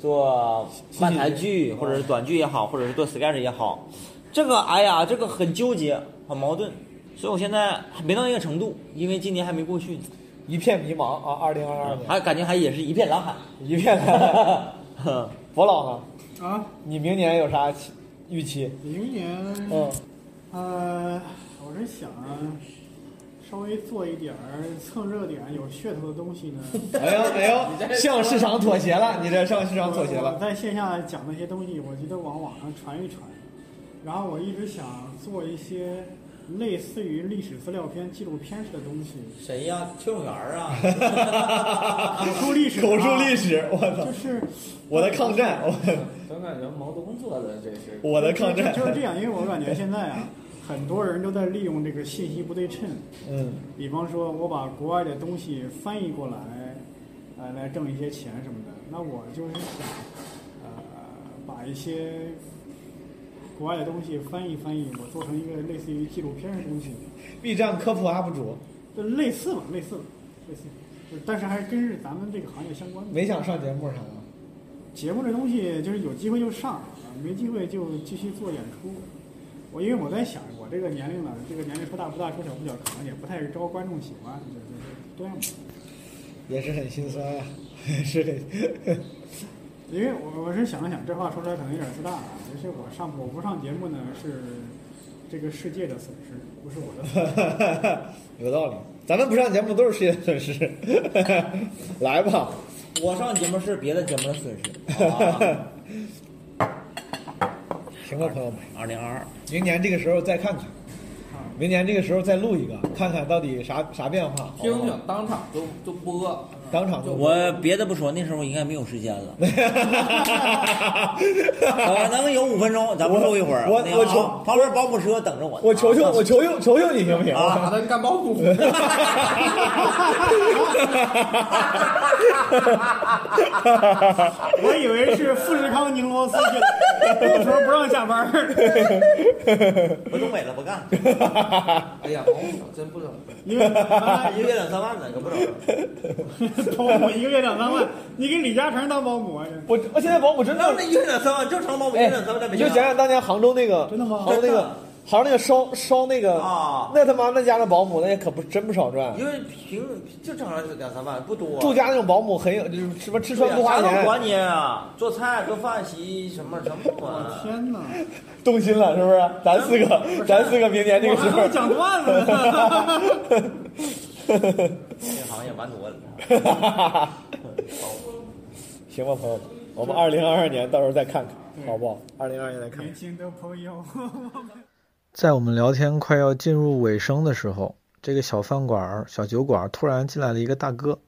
Speaker 5: 做漫才剧或者是短剧也好，或者是做 sketch 也好，这个哎呀，这个很纠结，很矛盾。所以我现在还没到那个程度，因为今年还没过去呢，
Speaker 11: 一片迷茫啊！二零二二年
Speaker 5: 还感觉还也是一片蓝海。
Speaker 11: 一 片蓝
Speaker 5: 海。
Speaker 11: 博老
Speaker 7: 呢？啊，
Speaker 11: 你明年有啥期预期？
Speaker 7: 明年，
Speaker 11: 嗯，
Speaker 7: 呃，我是想啊稍微做一点儿蹭热点、有噱头的东西 呢。
Speaker 11: 哎呦哎呦，向市场妥协了，你这向市场妥协
Speaker 7: 我
Speaker 11: 了。
Speaker 7: 在线下讲那些东西，我觉得往网上传一传，然后我一直想做一些类似于历史资料片、纪录片式的东西。
Speaker 5: 谁呀？崔永元啊！
Speaker 7: 口述历史，
Speaker 11: 口述历史
Speaker 7: 啊
Speaker 11: 我操
Speaker 7: 就是
Speaker 11: 我的抗战，我
Speaker 9: 我感觉毛泽东做的这是
Speaker 11: 我的抗战
Speaker 7: 就是这样，因为我感觉现在啊，很多人都在利用这个信息不对称。
Speaker 11: 嗯，
Speaker 7: 比方说，我把国外的东西翻译过来，呃，来挣一些钱什么的。那我就是想，呃，把一些国外的东西翻译翻译，我做成一个类似于纪录片的东西。
Speaker 11: B 站科普 UP 主，
Speaker 7: 就类似吧，类似吧，类似，就但是还是跟是咱们这个行业相关的。
Speaker 11: 没想上啊节目啥的。
Speaker 7: 节目这东西就是有机会就上，啊没机会就继续做演出。我因为我在想，我这个年龄呢，这个年龄说大不大，说小不小，可能也不太招观众喜欢，就就就这样吧。
Speaker 11: 也是很心酸呀、是很。
Speaker 7: 因为我我是想了想，这话说出来可能有点自大啊。就是我上我不上节目呢，是这个世界的损失，不是我的损失。
Speaker 11: 有道理，咱们不上节目都是世界损失。 来吧，
Speaker 5: 我上节目是别的节目的损失。
Speaker 11: 行了，朋友们，
Speaker 5: 二零二二，
Speaker 11: 明年这个时候再看看，明年这个时候再录一个，看看到底啥啥变化。好不
Speaker 9: 听
Speaker 11: 好
Speaker 9: 听，当场就就播，
Speaker 11: 当场就
Speaker 5: 我别的不说，那时候应该没有时间 了。啊，咱们有五分钟，咱们录一会儿。
Speaker 11: 我
Speaker 5: 那个
Speaker 11: 我
Speaker 5: 啊
Speaker 11: 求
Speaker 5: 旁边保姆车等着我。
Speaker 11: 我求求
Speaker 9: 啊
Speaker 11: 我求求求求你行不 行？
Speaker 5: 啊
Speaker 9: 咱干包谷。
Speaker 7: 我以为是富士康宁罗斯去了，那时候不让下班儿。
Speaker 5: 回东北了，不干。
Speaker 9: 哎呀，保姆真不容易，
Speaker 7: 因为 啊
Speaker 5: 一个月两三万呢，可不容易。
Speaker 7: 保姆一个月两三万，你给李嘉诚当保姆啊？
Speaker 11: 我我现在保姆真哎
Speaker 5: 的，那一个月两三万，正常保姆一个月两三万在北
Speaker 11: 你
Speaker 5: 京
Speaker 11: 就
Speaker 5: 啊。
Speaker 11: 想想当年杭州那个，真的
Speaker 7: 吗
Speaker 11: 杭州那
Speaker 5: 真
Speaker 11: 个
Speaker 5: 的，啊
Speaker 11: 杭州那个烧烧那个，那他妈那家的保姆那可不真不少赚。
Speaker 5: 因为平就正常两三万，不多。
Speaker 11: 住家那种保姆很有，就是什么吃穿不花
Speaker 5: 啥
Speaker 11: 钱，
Speaker 5: 都管你啊，做菜、做饭、洗衣什么什么不管。啊
Speaker 7: 天哪！
Speaker 11: 动心了是不是？咱四个，咱四个明年这个时
Speaker 5: 我还
Speaker 11: 候
Speaker 5: 会讲段子呢
Speaker 11: 这
Speaker 5: 这行业蛮多的。
Speaker 11: 行吧，朋友们，我们二零二二年到时候再看看，好不好？二零二年再看
Speaker 7: 年。轻的朋 友，
Speaker 3: 在我们聊天快要进入尾声的时候，这个小饭馆儿、小酒馆儿突然进来了一个大哥。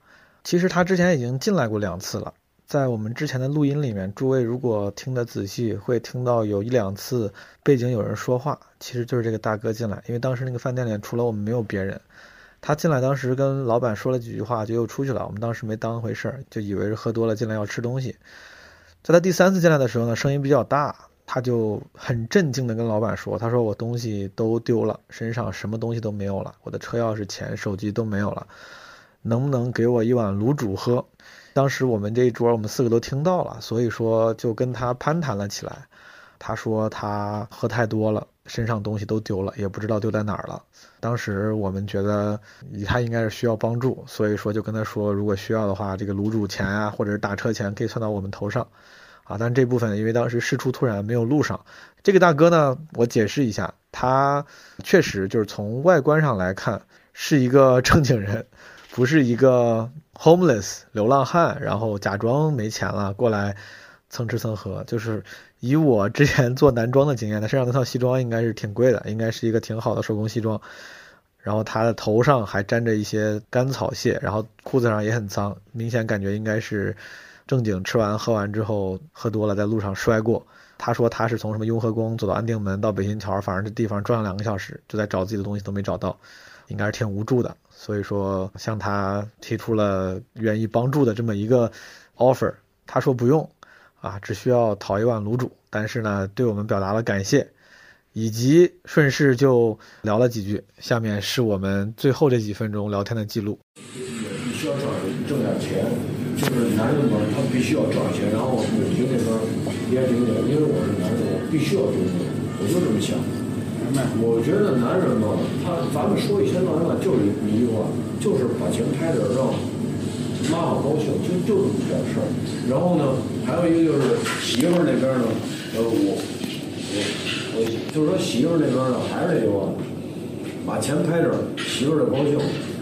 Speaker 3: 其实他之前已经进来过两次了，在我们之前的录音里面，诸位如果听得仔细，会听到有一两次背景有人说话，其实就是这个大哥进来。因为当时那个饭店里除了我们没有别人，他进来当时跟老板说了几句话就又出去了，我们当时没当回事儿，就以为是喝多了进来要吃东西。在他第三次进来的时候呢，声音比较大，他就很镇静地跟老板说：“他说我东西都丢了，身上什么东西都没有了，我的车钥匙、钱、手机都没有了，能不能给我一碗卤煮喝？”当时我们这一桌我们四个都听到了，所以说就跟他攀谈了起来。他说他喝太多了，身上东西都丢了，也不知道丢在哪儿了。当时我们觉得他应该是需要帮助，所以说就跟他说，如果需要的话，这个卤煮钱啊，或者是打车钱可以算到我们头上，啊，但这部分因为当时事出突然没有录上。这个大哥呢，我解释一下，他确实就是从外观上来看是一个正经人，不是一个 homeless 流浪汉，然后假装没钱了过来蹭吃蹭喝，就是以我之前做男装的经验，他身上那套西装应该是挺贵的，应该是一个挺好的手工西装。然后他的头上还沾着一些干草屑，然后裤子上也很脏，明显感觉应该是正经吃完喝完之后喝多了，在路上摔过。他说他是从什么雍和宫走到安定门到北新桥，反正这地方转了两个小时，就在找自己的东西都没找到，应该是挺无助的。所以说向他提出了愿意帮助的这么一个 offer，他说不用，啊，只需要讨一碗卤煮，但是呢，对我们表达了感谢，以及顺势就聊了几句。下面是我们最后这几分钟聊天的记录。
Speaker 1: 必须要找人挣点钱，就是男人嘛，他必须要找钱。然后我母亲那边儿也有点，因为我是男人，我必须要挣钱，我就这么想。我觉得男人嘛，他咱们说一千道一万，就是一句话，就是把钱拍点儿让妈妈高兴，就就这么点事儿。然后呢，还有一个就是媳妇儿那边儿呢，呃，我我我就是说媳妇儿那边儿呢，还是那句话，把钱拍这儿，媳妇儿就高兴。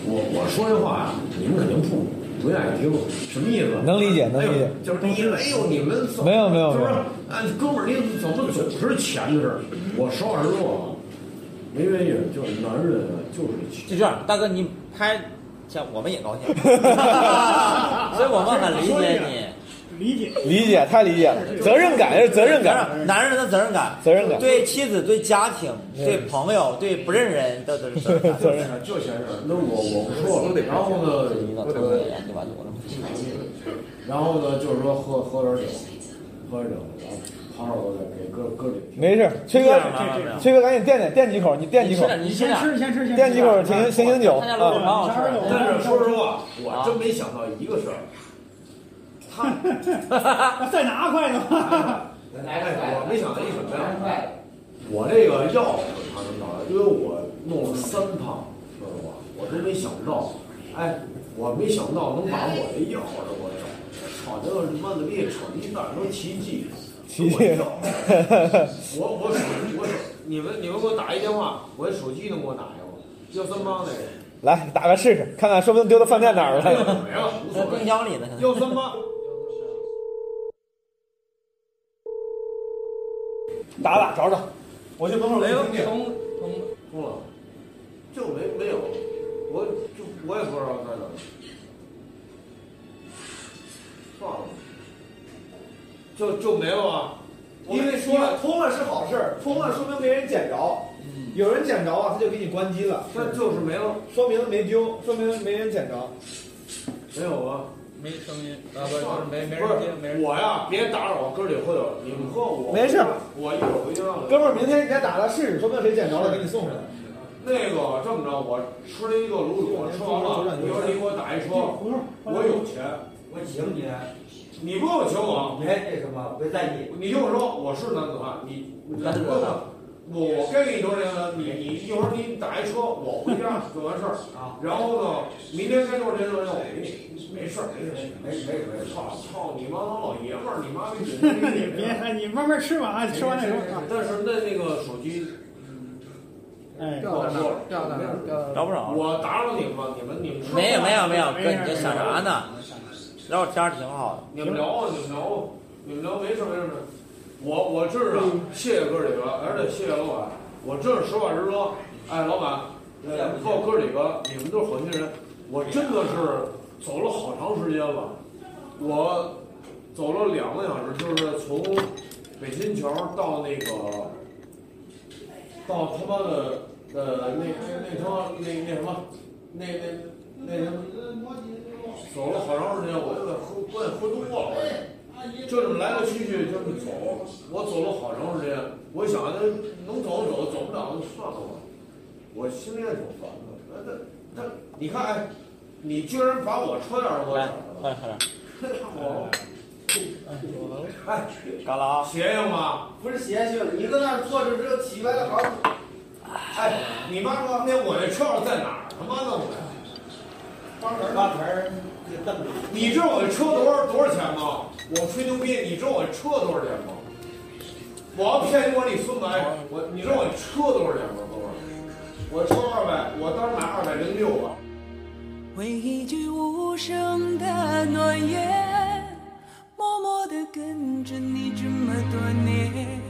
Speaker 1: 我我说这话啊，你们肯定不不愿意听，什么意思？
Speaker 11: 能理解能理解
Speaker 1: 哎呦就是第一，哎呦，你们怎么
Speaker 11: 没有没有
Speaker 1: 就是
Speaker 11: 没有
Speaker 1: 哎，哥们儿，你怎么总是钱的事儿？我收拾多，
Speaker 11: 没原因，就是男人啊，就是气。
Speaker 5: 就这样，大哥你拍，像我们也高兴，所以我们很理解你。
Speaker 7: 理解
Speaker 23: 理解太理解了，责任感是责任感，
Speaker 5: 男人的责任感，
Speaker 23: 责任感
Speaker 5: 对妻子、对家庭、对朋友、对不认人都都是责 任感。
Speaker 11: 就嫌就嫌事儿，呃那我我不说了。然后呢，我得然后呢，就是说喝喝点酒，喝点酒，然后趴着我再给哥哥里。
Speaker 23: 没事，崔哥
Speaker 11: 这样吧这样吧，
Speaker 23: 崔哥赶紧垫垫垫几口，你垫几口，
Speaker 11: 你吃点你吃点你先吃先吃
Speaker 23: 垫几口醒醒醒酒
Speaker 11: 他
Speaker 5: 家
Speaker 23: 啊
Speaker 5: 老板好吃的
Speaker 11: 但是说实话，我真没想到一个事儿。
Speaker 7: 他再拿筷子吧。
Speaker 11: 我没想到一什么呀？我这个钥匙他能找到，因为我弄了三趟，说实话，我都没想到。哎，我没想到能把我的钥匙我找，操，这个他妈的给扯一袋儿都奇迹。
Speaker 23: 奇迹，
Speaker 11: 我我手我手，你们你们给我打一电话，我手机能给我打一个吗？幺三八那个。
Speaker 23: 来打个试试，看看说不定丢到饭店哪儿了。
Speaker 5: 在冰箱里呢。
Speaker 11: 幺三八，
Speaker 23: 打打找找，我去门口
Speaker 11: 没有
Speaker 23: 听听
Speaker 11: 通通通了，就没没有，我就我也不知道在哪儿，算了，就就没有啊，
Speaker 9: 因为说了通了是好事儿，通了说明没人捡着，有人捡着啊，他就给你关机了。
Speaker 11: 嗯那就是没了，
Speaker 9: 说明没丢，说明没人捡着。
Speaker 11: 没有啊。
Speaker 9: 没声音
Speaker 11: 啊不是没没人接，没人。我呀，别打扰，哥儿里会有你们喝我。
Speaker 9: 没事
Speaker 11: 我一会儿回去让。
Speaker 9: 哥们儿，明天你再打他试试，说不定谁捡着了给你送上来。
Speaker 11: 那个这么着，我吃了一个卤煮，吃完了，你要是你给我打一车，我有钱，我请你。你不用请我，没那什么，别在你，你听我说，我是男子汉，你男子汉，我我该给你多少钱？你你一会儿你打一车，我回家就完事儿 啊。然后呢，明天该多少钱多少钱我给你，没事儿，没事儿，没没没事儿。操操你妈当老爷们儿，你 妈逼你
Speaker 7: 你别，哎你慢慢吃吧啊，吃完再说啊。
Speaker 11: 但是那那个手机，
Speaker 7: 哎
Speaker 11: 不好说，
Speaker 5: 找不着
Speaker 11: 我打扰你们了，你们你们吃饭
Speaker 5: 没有没有没有，哥你这想啥呢？聊会儿天儿挺好的。
Speaker 11: 你们聊啊，你们聊啊，你们聊，没事没事没事。我我这是谢谢哥几个，而且谢谢老板，我这是实话实说。哎，老板，呃，包括哥几个，你们都是好心人，我真的是走了好长时间了，我走了两个小时，就是从北新桥到那个到他妈的呃那那那他妈那那什么那那那什么。走了好长时间，我有点喝，我也喝多了，我也就这么来来去去这么走，我走了好长时间，我想着能走就走，走不了就算了吧，我心里也挺烦的。那那那，你看，哎，你居然把我车钥匙给我抢了，
Speaker 5: 快快点，
Speaker 11: 我， 哎，
Speaker 5: 干了啊！
Speaker 11: 邪性吗？
Speaker 9: 不是邪性，你搁那儿坐着之后起歪了好几。
Speaker 11: 哎，你妈说那我这车钥匙在哪儿？他妈弄的！
Speaker 9: 帮人把人给瞪着。
Speaker 11: 你知道我这车多少多少钱吗？我吹牛逼，你知道我这车多少钱吗？我要骗你，我你孙子，
Speaker 9: 哦
Speaker 11: 哎我你知道我这车多少钱吗？哥们儿，我车二百，我当时买二百零六啊了。
Speaker 2: 为一句无声的诺言，默默地跟着你这么多年。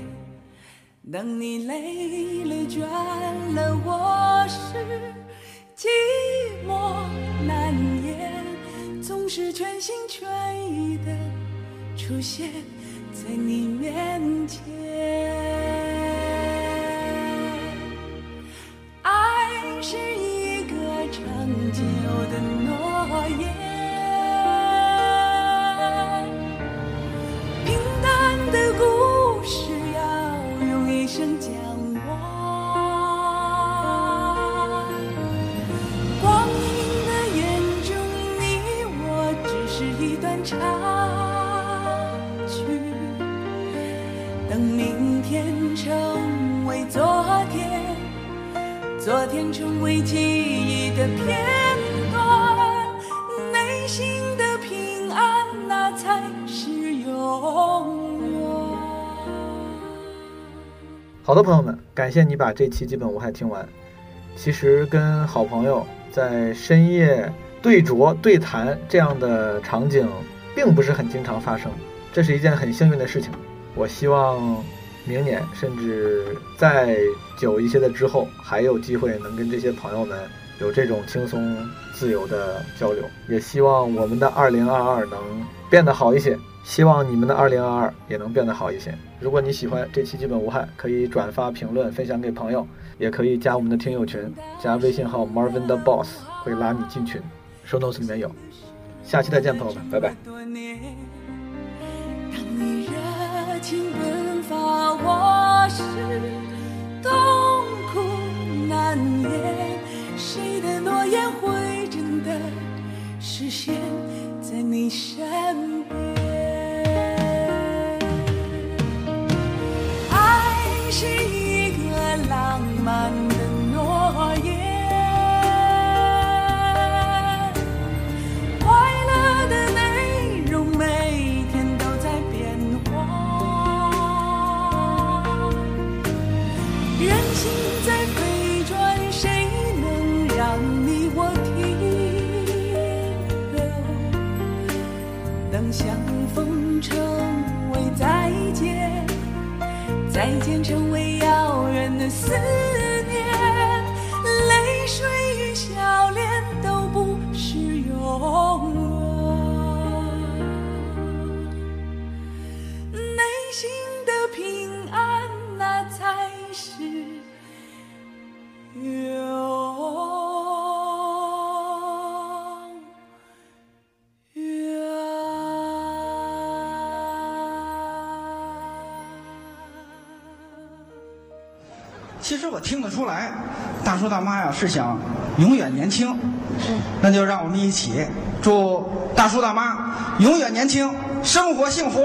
Speaker 2: 当你累累倦了，我是寂寞难言，总是全心全意的出现在你面前。爱是一个长久的诺言，平淡的故事要用一生讲完。光阴的眼中，你我只是一段插曲。等明天成为昨天。昨天成为记忆的片段，内心的平安，那才是永远。
Speaker 3: 好的，朋友们，感谢你把这期基本无害听完。其实跟好朋友在深夜对酌、对谈这样的场景，并不是很经常发生，这是一件很幸运的事情。我希望明年甚至再久一些的之后，还有机会能跟这些朋友们有这种轻松自由的交流。也希望我们的2022能变得好一些，希望你们的2022也能变得好一些。如果你喜欢这期基本无害，可以转发、评论、分享给朋友，也可以加我们的听友群，加微信号 Marvin the Boss 会拉你进群，show notes 里面有。下期再见，朋友们，拜拜。
Speaker 2: 多年，当你热情奔放，我是痛苦难言。谁的诺言会真的实现在你身边？爱是一个浪漫的诺言。快乐的内容每天都在变化，人心在飞转，谁能让你我停留？当相逢成为再见，再见成为遥远的思念。泪水与笑脸都不是永远，内心的平安那才是永远。
Speaker 20: 其实我听得出来，大叔大妈呀是想永远年轻，那就让我们一起祝大叔大妈永远年轻，生活幸福。